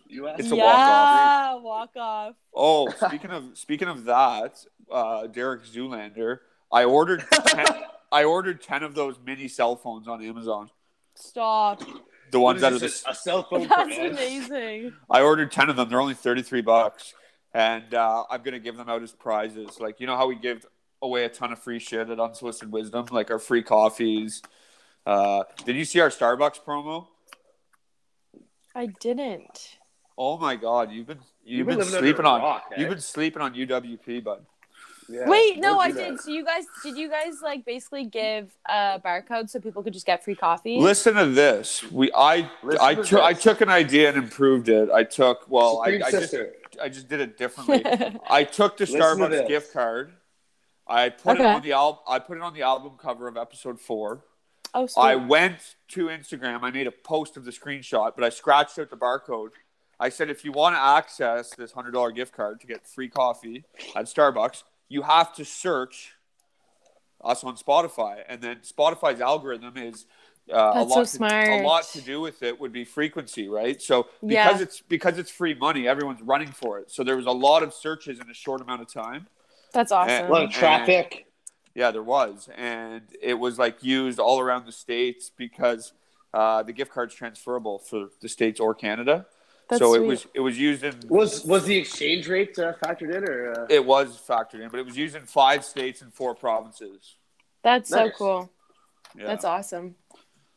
Speaker 2: you asked
Speaker 1: It's a
Speaker 2: me.
Speaker 3: yeah, walk off.
Speaker 1: Oh, speaking of speaking of that, uh, Derek Zoolander. I ordered. 10, I ordered ten of those mini cell phones on Amazon.
Speaker 3: Stop.
Speaker 1: The
Speaker 2: What
Speaker 1: ones
Speaker 2: is
Speaker 1: that are the.
Speaker 2: this, a, a cell phone.
Speaker 3: That's
Speaker 2: for men?
Speaker 3: amazing.
Speaker 1: I ordered ten of them. They're only thirty three bucks, and uh, I'm gonna give them out as prizes. Like you know how we give away a ton of free shit at Unsolicited Wisdom, like our free coffees. Uh, did you see our Starbucks promo?
Speaker 3: I didn't.
Speaker 1: Oh my god, you've been you've, been,
Speaker 2: living under
Speaker 1: sleeping
Speaker 2: a
Speaker 1: on
Speaker 2: rock, eh?
Speaker 1: you've been sleeping on UWP, bud.
Speaker 2: Yeah,
Speaker 3: Wait, no,
Speaker 2: don't
Speaker 3: I
Speaker 2: do that.
Speaker 3: did. So you guys, did you guys like basically give a barcode so people could just get free coffee?
Speaker 1: Listen to this. We I
Speaker 2: Listen
Speaker 1: I
Speaker 2: to
Speaker 1: took I
Speaker 2: this.
Speaker 1: took an idea and improved it. I took well I,
Speaker 2: Supreme
Speaker 1: I just
Speaker 2: sister.
Speaker 1: I just did it differently. I took the
Speaker 2: Listen to
Speaker 1: Starbucks
Speaker 2: this.
Speaker 1: gift card. I put it
Speaker 3: Okay.
Speaker 1: on the al- I put it on the album cover of episode four.
Speaker 3: oh,
Speaker 1: I
Speaker 3: sorry.
Speaker 1: went to Instagram. I made a post of the screenshot, but I scratched out the barcode. I said, if you want to access this hundred dollar gift card to get free coffee at Starbucks, you have to search us on Spotify, and then Spotify's algorithm is uh, a
Speaker 3: That's
Speaker 1: lot.
Speaker 3: so
Speaker 1: to- a
Speaker 3: smart.
Speaker 1: lot to do with it would be frequency, right? So because
Speaker 3: Yeah.
Speaker 1: it's because it's free money, everyone's running for it. So there was a lot of searches in a short amount of time.
Speaker 3: That's awesome.
Speaker 2: A lot of
Speaker 1: Mm-hmm.
Speaker 2: traffic.
Speaker 1: Yeah, there was, and it was like used all around the states because uh, the gift card's transferable for the states or Canada.
Speaker 3: That's
Speaker 1: so it
Speaker 3: sweet.
Speaker 1: was it was used in
Speaker 2: Was was the exchange rate uh, factored in, or uh,
Speaker 1: it was factored in, but it was used in five states and four provinces.
Speaker 3: That's so
Speaker 2: Nice.
Speaker 3: cool.
Speaker 1: Yeah.
Speaker 3: That's awesome.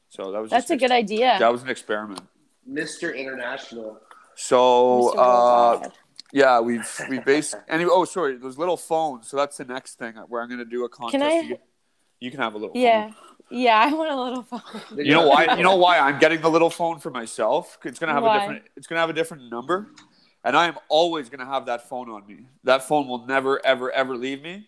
Speaker 1: so that was
Speaker 3: That's
Speaker 1: just
Speaker 3: a
Speaker 1: an
Speaker 3: good
Speaker 1: ex-
Speaker 3: idea.
Speaker 1: That was an experiment.
Speaker 2: Mr. International.
Speaker 1: So
Speaker 3: Mr.
Speaker 1: uh,
Speaker 3: Worldwide.
Speaker 1: yeah, we've we based and oh sorry, those little phones. So that's the next thing uh, where I'm going to do a contest.
Speaker 3: I-
Speaker 1: You, you can have a little. phone.
Speaker 3: yeah, yeah. I want a little phone.
Speaker 1: You know why? You know why I'm getting the little phone for myself? It's gonna have
Speaker 3: Why?
Speaker 1: a different. It's gonna have a different number, and I am always gonna have that phone on me. That phone will never, ever, ever leave me.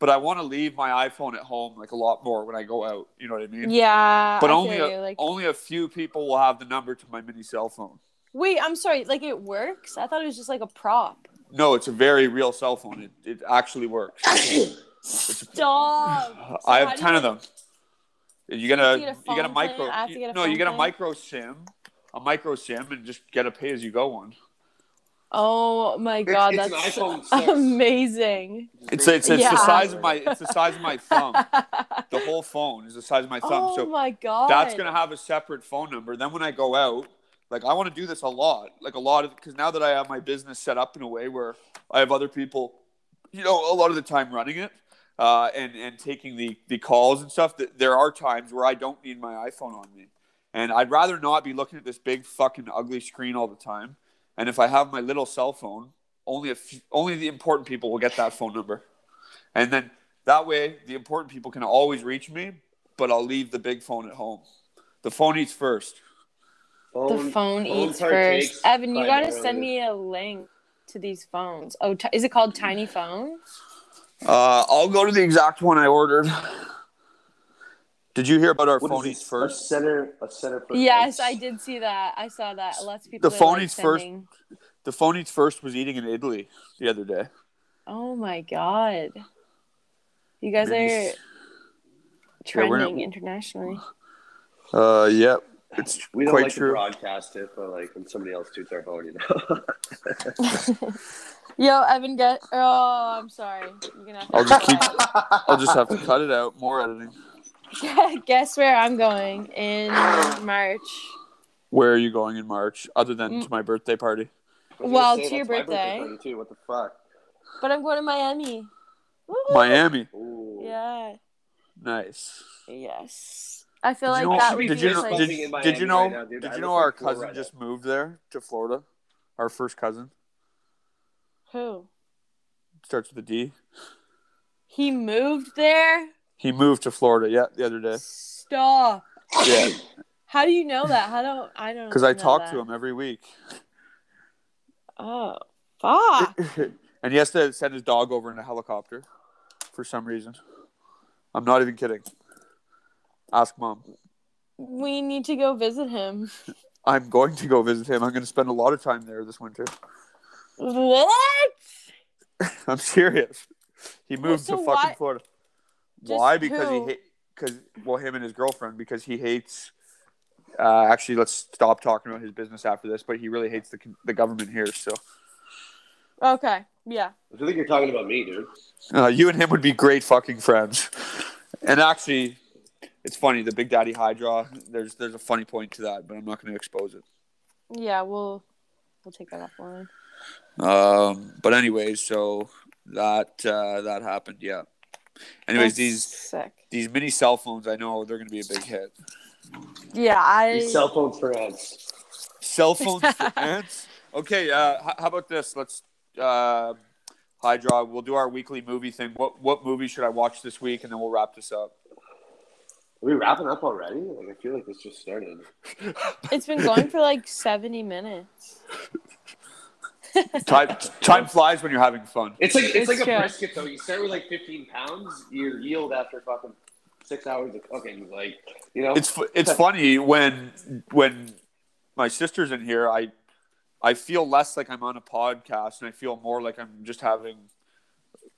Speaker 1: But I want to leave my iPhone at home like a lot more when I go out. You know what I mean?
Speaker 3: Yeah,
Speaker 1: But
Speaker 3: I
Speaker 1: only
Speaker 3: feel
Speaker 1: a,
Speaker 3: you, like.
Speaker 1: only a few people will have the number to my mini cell phone.
Speaker 3: Wait, I'm sorry. Like it works? I thought it was just like a prop.
Speaker 1: No, it's a very real cell phone. It, it actually works.
Speaker 3: Stop. So
Speaker 1: I
Speaker 3: how
Speaker 1: have
Speaker 3: do
Speaker 1: ten
Speaker 3: you,
Speaker 1: of them. You
Speaker 3: have
Speaker 1: gotta
Speaker 3: to
Speaker 1: you,
Speaker 3: get a
Speaker 1: gotta
Speaker 3: phone plan?
Speaker 1: micro.
Speaker 3: I have to get a
Speaker 1: no, you
Speaker 3: phone
Speaker 1: gotta
Speaker 3: plan?
Speaker 1: micro sim, a micro sim, and just get a pay as you go one.
Speaker 3: Oh my
Speaker 2: It's-
Speaker 3: god,
Speaker 2: it's an
Speaker 3: that's
Speaker 2: iPhone six.
Speaker 3: amazing.
Speaker 1: It's it's, it's
Speaker 3: Yeah.
Speaker 1: the size of my it's the size of my thumb. the whole phone is the size of my thumb.
Speaker 3: oh
Speaker 1: so
Speaker 3: my god.
Speaker 1: that's gonna have a separate phone number. Then when I go out, like I want to do this a lot, like a lot of because now that I have my business set up in a way where I have other people, you know, a lot of the time running it. Uh, and and taking the, the calls and stuff. That there are times where I don't need my iPhone on me, and I'd rather not be looking at this big fucking ugly screen all the time. And if I have my little cell phone, only if only the important people will get that phone number, and then that way the important people can always reach me. But I'll leave the big phone at home. The phone eats first.
Speaker 3: the phone eats
Speaker 2: partakes
Speaker 3: first. Evan, you gotta
Speaker 2: primarily.
Speaker 3: send me a link to these phones. Oh, ti- is it called Tiny Phone?
Speaker 1: Uh, I'll go to the exact one I ordered. Did you hear about our
Speaker 2: What
Speaker 1: phone
Speaker 2: is
Speaker 1: eats
Speaker 2: this?
Speaker 1: first?
Speaker 2: A center, a center. for
Speaker 3: Yes,
Speaker 2: votes.
Speaker 3: I did see that. I saw that. Lots of people.
Speaker 1: The
Speaker 3: are,
Speaker 1: phone
Speaker 3: like,
Speaker 1: is first.
Speaker 3: sending-
Speaker 1: The phone eats first was eating in Italy the other day.
Speaker 3: Oh my god. You guys
Speaker 1: Nice.
Speaker 3: are
Speaker 1: Yeah, we're-
Speaker 3: trending internationally.
Speaker 1: Uh, yep, it's
Speaker 2: We don't
Speaker 1: quite
Speaker 2: like to
Speaker 1: true.
Speaker 2: broadcast it, but like when somebody else toots our phone, you know.
Speaker 3: Yo, Evan, get. Oh, I'm sorry. You're gonna have to
Speaker 1: I'll just keep. I'll just have to cut it out. More editing.
Speaker 3: Guess where I'm going in March.
Speaker 1: Where are you going in March, other
Speaker 3: Mm.
Speaker 1: than to my birthday party?
Speaker 2: I was
Speaker 3: Well,
Speaker 2: gonna
Speaker 3: to your
Speaker 2: that's my
Speaker 3: birthday.
Speaker 2: party too. What the fuck?
Speaker 3: But I'm going to Miami. Woo-hoo.
Speaker 1: Miami.
Speaker 2: Ooh.
Speaker 3: Yeah.
Speaker 1: Nice.
Speaker 3: Yes. I feel
Speaker 1: Did you know-
Speaker 3: like
Speaker 2: we
Speaker 3: that would
Speaker 1: did
Speaker 3: be
Speaker 1: you
Speaker 3: just
Speaker 1: know? Did,
Speaker 3: like
Speaker 2: Buzzing in
Speaker 1: did
Speaker 2: Miami
Speaker 1: you know?
Speaker 2: right now, dude.
Speaker 1: did
Speaker 2: I
Speaker 1: you
Speaker 2: look
Speaker 1: know
Speaker 2: like
Speaker 1: our
Speaker 2: Florida.
Speaker 1: cousin just moved there to Florida? Our first cousin
Speaker 3: who?
Speaker 1: starts with a D.
Speaker 3: He moved there.
Speaker 1: He moved to Florida. Yeah, the other day.
Speaker 3: Stop.
Speaker 1: Yeah,
Speaker 3: How do you know that? How don't I don't?
Speaker 1: because I
Speaker 3: know
Speaker 1: talk
Speaker 3: that.
Speaker 1: to him every week,
Speaker 3: Oh, fuck.
Speaker 1: and he has to send his dog over in a helicopter for some reason. I'm not even kidding. Ask mom.
Speaker 3: we need to go visit him.
Speaker 1: I'm going to go visit him. I'm going to spend a lot of time there this winter.
Speaker 3: What?
Speaker 1: I'm serious. He
Speaker 3: Well,
Speaker 1: moved
Speaker 3: so
Speaker 1: to fucking
Speaker 3: why-
Speaker 1: Florida.
Speaker 3: Just
Speaker 1: why? Because
Speaker 3: who?
Speaker 1: he because well, him and his girlfriend because he hates. Uh, actually, let's stop talking about his business after this. But he really hates the the government here. So
Speaker 3: Okay. Yeah.
Speaker 2: I feel like you're talking about me, dude.
Speaker 1: uh, you and him would be great fucking friends. And actually, it's funny. The Big Daddy Hydra. There's there's a funny point to that, but I'm not going to expose it.
Speaker 3: Yeah. We'll we'll take that offline.
Speaker 1: Um, but anyways, so that uh, that happened. Yeah. Anyways,
Speaker 3: That's
Speaker 1: these
Speaker 3: sick.
Speaker 1: these mini cell phones. I know they're going to be a big hit.
Speaker 3: Yeah, I.
Speaker 2: These cell phones for ads.
Speaker 1: Cell phones for ants. Okay, uh, h- how about this? Let's uh, Hydra. We'll do our weekly movie thing. What what movie should I watch this week, and then we'll wrap this up.
Speaker 2: Are we wrapping up already? Like I feel like this just started.
Speaker 3: It's been going for like 70 minutes.
Speaker 1: Time time flies when you're having fun.
Speaker 2: It's like it's,
Speaker 3: It's
Speaker 2: like
Speaker 3: true.
Speaker 2: a brisket though. You start with like 15 pounds. Your yield after fucking six hours of cooking, like you
Speaker 3: Oh.
Speaker 2: know.
Speaker 1: It's fu- it's funny when when my sister's in here. I I feel less like I'm on a podcast, and I feel more like I'm just having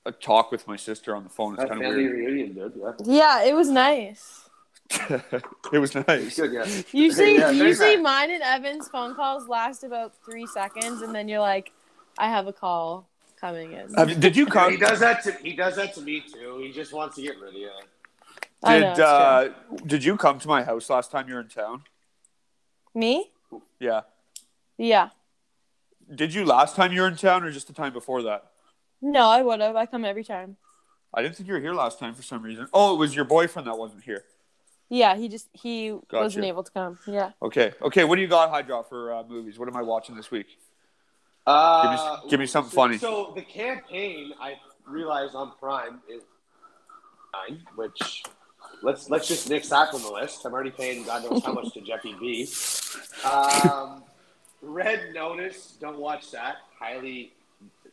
Speaker 1: a talk with my sister on the phone. It's
Speaker 2: a
Speaker 1: kind of
Speaker 2: family
Speaker 1: weird.
Speaker 2: reunion, dude. Yeah.
Speaker 3: Yeah, it was nice.
Speaker 1: it was
Speaker 2: It's
Speaker 1: nice.
Speaker 2: good, yeah.
Speaker 3: Usually,
Speaker 2: Yeah, very
Speaker 3: usually
Speaker 2: nice.
Speaker 3: mine and Evan's phone calls last about three seconds, and then you're like, "I have a call coming in."
Speaker 1: I mean, did you
Speaker 2: He
Speaker 1: come?
Speaker 2: does that to he does that to me too. He just wants to get rid of you.
Speaker 3: I
Speaker 1: Did
Speaker 3: know, it's true.
Speaker 1: uh, did you come to my house last time you were in town?
Speaker 3: Me?
Speaker 1: Yeah.
Speaker 3: Yeah.
Speaker 1: Did you last time you were in town, or just the time before that?
Speaker 3: No, I would have. I come every time.
Speaker 1: I didn't think you were here last time for some reason. Oh, it was your boyfriend that wasn't here.
Speaker 3: Yeah, he just he wasn't
Speaker 1: Gotcha.
Speaker 3: able to come. Yeah.
Speaker 1: Okay. Okay. What do you got, Hydra, for uh, movies? What am I watching this week?
Speaker 2: Uh,
Speaker 1: give me something
Speaker 2: so-
Speaker 1: funny.
Speaker 2: So the campaign I realized on Prime is nine, which let's let's just nix that from the list. I'm already paying God knows how much to Jeffy B. Um, Red Notice, don't watch that. Highly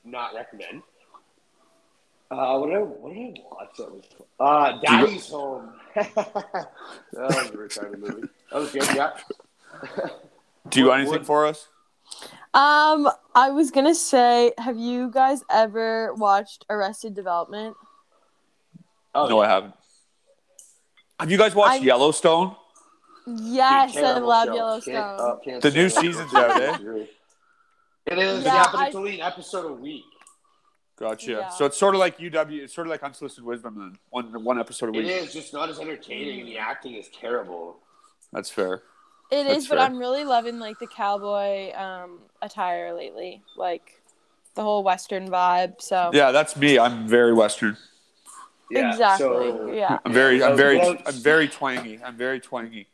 Speaker 2: not recommend. Uh, what did I, what did I watch that was? Uh, Daddy's Home. that was a retarded movie. That was good. Yeah.
Speaker 1: Do you got
Speaker 2: What-
Speaker 1: anything
Speaker 2: what-
Speaker 1: for us?
Speaker 3: Um, I was gonna say, have you guys ever watched Arrested Development?
Speaker 2: Oh,
Speaker 1: no,
Speaker 2: yeah.
Speaker 1: I haven't. Have you guys watched
Speaker 3: I-
Speaker 1: Yellowstone?
Speaker 3: Yes,
Speaker 2: Dude,
Speaker 3: I
Speaker 2: terrible
Speaker 3: love
Speaker 2: show. Can't-
Speaker 3: Yellowstone.
Speaker 2: oh, can't
Speaker 1: The
Speaker 2: say
Speaker 1: new
Speaker 2: it.
Speaker 1: season's out, eh?
Speaker 2: It is.
Speaker 3: Yeah,
Speaker 2: Yeah, but
Speaker 3: I-
Speaker 2: it's only an episode a week.
Speaker 1: Gotcha.
Speaker 3: Yeah.
Speaker 1: So it's sort of like UW. It's sort of like Unsolicited Wisdom. Then one one episode a
Speaker 2: It
Speaker 1: week.
Speaker 2: is just not as entertaining,
Speaker 3: Mm.
Speaker 2: and the acting is terrible.
Speaker 1: That's fair.
Speaker 3: It
Speaker 1: That's
Speaker 3: is, but
Speaker 1: fair.
Speaker 3: I'm really loving like the cowboy um attire lately, like the whole western vibe. So
Speaker 1: Yeah, that's me. I'm very Western.
Speaker 3: exactly,
Speaker 2: So
Speaker 3: yeah.
Speaker 1: I'm very. I'm very.
Speaker 2: Well-
Speaker 1: I'm very twangy. I'm very twangy.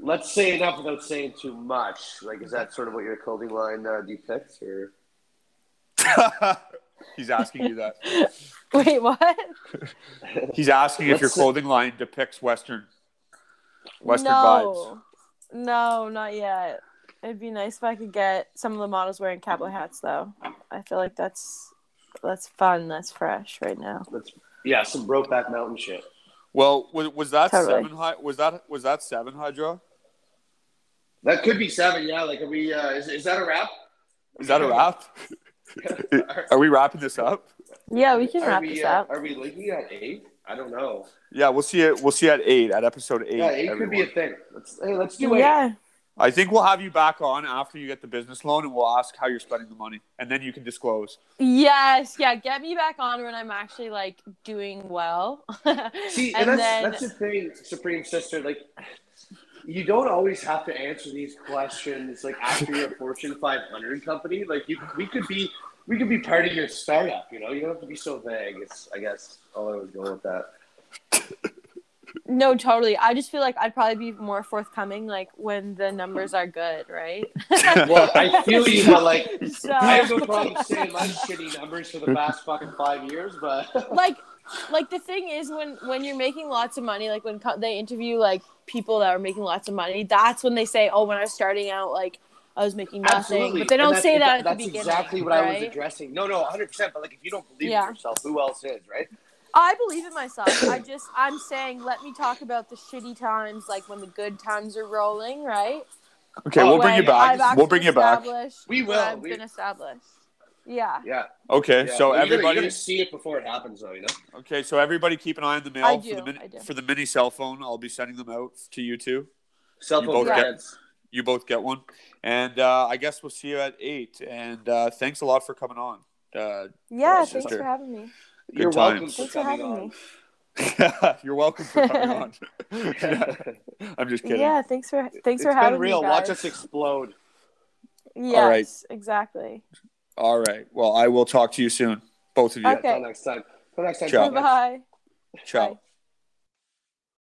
Speaker 2: let's say enough without saying too much. Like, is that sort of what your clothing line uh, depicts, or
Speaker 1: He's asking you that.
Speaker 3: Wait, what?
Speaker 1: He's asking if
Speaker 2: Let's
Speaker 1: your
Speaker 2: say-
Speaker 1: clothing line depicts Western Western
Speaker 3: no, no, not yet. It'd be nice if I could get some of the models wearing cowboy hats, though. I feel like that's that's fun. That's fresh right now.
Speaker 2: let's yeah, some Brokeback Mountain shit.
Speaker 1: vibes. Well, was, was that
Speaker 3: Totally.
Speaker 1: seven? Hy- Was that was that seven Hydra?
Speaker 2: That could be seven. Yeah, like are we? Uh, is, is that a wrap?
Speaker 1: Is that a wrap? Are we wrapping this up?
Speaker 3: Yeah, we can
Speaker 2: Are
Speaker 3: wrap
Speaker 2: we,
Speaker 3: this
Speaker 2: uh,
Speaker 3: up.
Speaker 2: are we linking at eight? I don't know.
Speaker 1: Yeah, we'll see it. We'll see at eight at episode eight.
Speaker 2: Yeah, eight could be a
Speaker 1: everyone.
Speaker 2: thing. Let's hey, let's do it.
Speaker 3: Yeah,
Speaker 1: I think we'll have you back on after you get the business loan, and we'll ask how you're spending the money, and then you can disclose.
Speaker 3: yes, yeah. Get me back on when I'm actually like doing well.
Speaker 2: See, and,
Speaker 3: And
Speaker 2: that's,
Speaker 3: then-
Speaker 2: that's the thing, Supreme Sister. Like, you don't always have to answer these questions. Like after you're a Fortune 500 company, like you, we could be, we could be part of your startup. You know, you don't have to be so vague. It's, I guess, all I was going with that.
Speaker 3: No, totally. I just feel like I'd probably be more forthcoming, like when the numbers are good, right?
Speaker 2: Well, I feel you, but like,
Speaker 3: so,
Speaker 2: I have no problem saying my shitty numbers for the past fucking five years, but
Speaker 3: like, like the thing is, when when you're making lots of money, like when co- they interview like people that are making lots of money, that's when they say, "Oh, when I was starting out, like I was making nothing."
Speaker 2: absolutely.
Speaker 3: But they
Speaker 2: And
Speaker 3: don't
Speaker 2: that's-
Speaker 3: say that, at
Speaker 2: That's
Speaker 3: the beginning.
Speaker 2: exactly what I was
Speaker 3: right?
Speaker 2: addressing. No, no, 100. percent But like, if you don't believe
Speaker 3: Yeah.
Speaker 2: in yourself, who else is, right?
Speaker 3: I believe in myself. I just I'm saying let me talk about the shitty times, like when the good times are rolling, right?
Speaker 1: Okay,
Speaker 2: Oh,
Speaker 1: we'll bring you
Speaker 3: When I've
Speaker 1: back. We'll bring you
Speaker 3: actually
Speaker 1: back.
Speaker 3: established
Speaker 2: We
Speaker 3: what
Speaker 2: will.
Speaker 3: I've
Speaker 2: We-
Speaker 3: been established. Yeah.
Speaker 2: Yeah.
Speaker 1: Okay,
Speaker 2: Well,
Speaker 1: so
Speaker 2: you gotta- you
Speaker 1: everybody.
Speaker 2: gotta see it before it happens, though. You know.
Speaker 1: Okay, so everybody, keep an eye on the
Speaker 3: I
Speaker 1: mail
Speaker 3: do,
Speaker 1: for the
Speaker 3: I do.
Speaker 1: mini, for the mini cell phone. I'll be sending them out to you two.
Speaker 2: Cell
Speaker 1: You
Speaker 2: phone
Speaker 1: both
Speaker 3: get-
Speaker 2: plans.
Speaker 1: You both get one, and uh, I guess we'll see you at eight. And uh, thanks a lot for coming on. Uh,
Speaker 3: Yeah,
Speaker 1: Yes,
Speaker 3: thanks
Speaker 1: sister.
Speaker 3: for having me.
Speaker 1: Good
Speaker 2: You're welcome
Speaker 1: times.
Speaker 2: for
Speaker 3: Thanks for
Speaker 2: coming
Speaker 3: having
Speaker 2: on.
Speaker 3: me.
Speaker 1: you're welcome for coming on. I'm just kidding.
Speaker 3: Yeah, thanks for
Speaker 2: It's
Speaker 3: thanks for having
Speaker 2: been real.
Speaker 3: me. Guys.
Speaker 2: Watch us explode.
Speaker 1: All right.
Speaker 3: Yes, exactly.
Speaker 1: All right. Well, I will talk to you soon, both of you.
Speaker 3: Okay.
Speaker 2: Until next time. Until next time.
Speaker 1: Ciao.
Speaker 3: Bye.
Speaker 1: Ciao.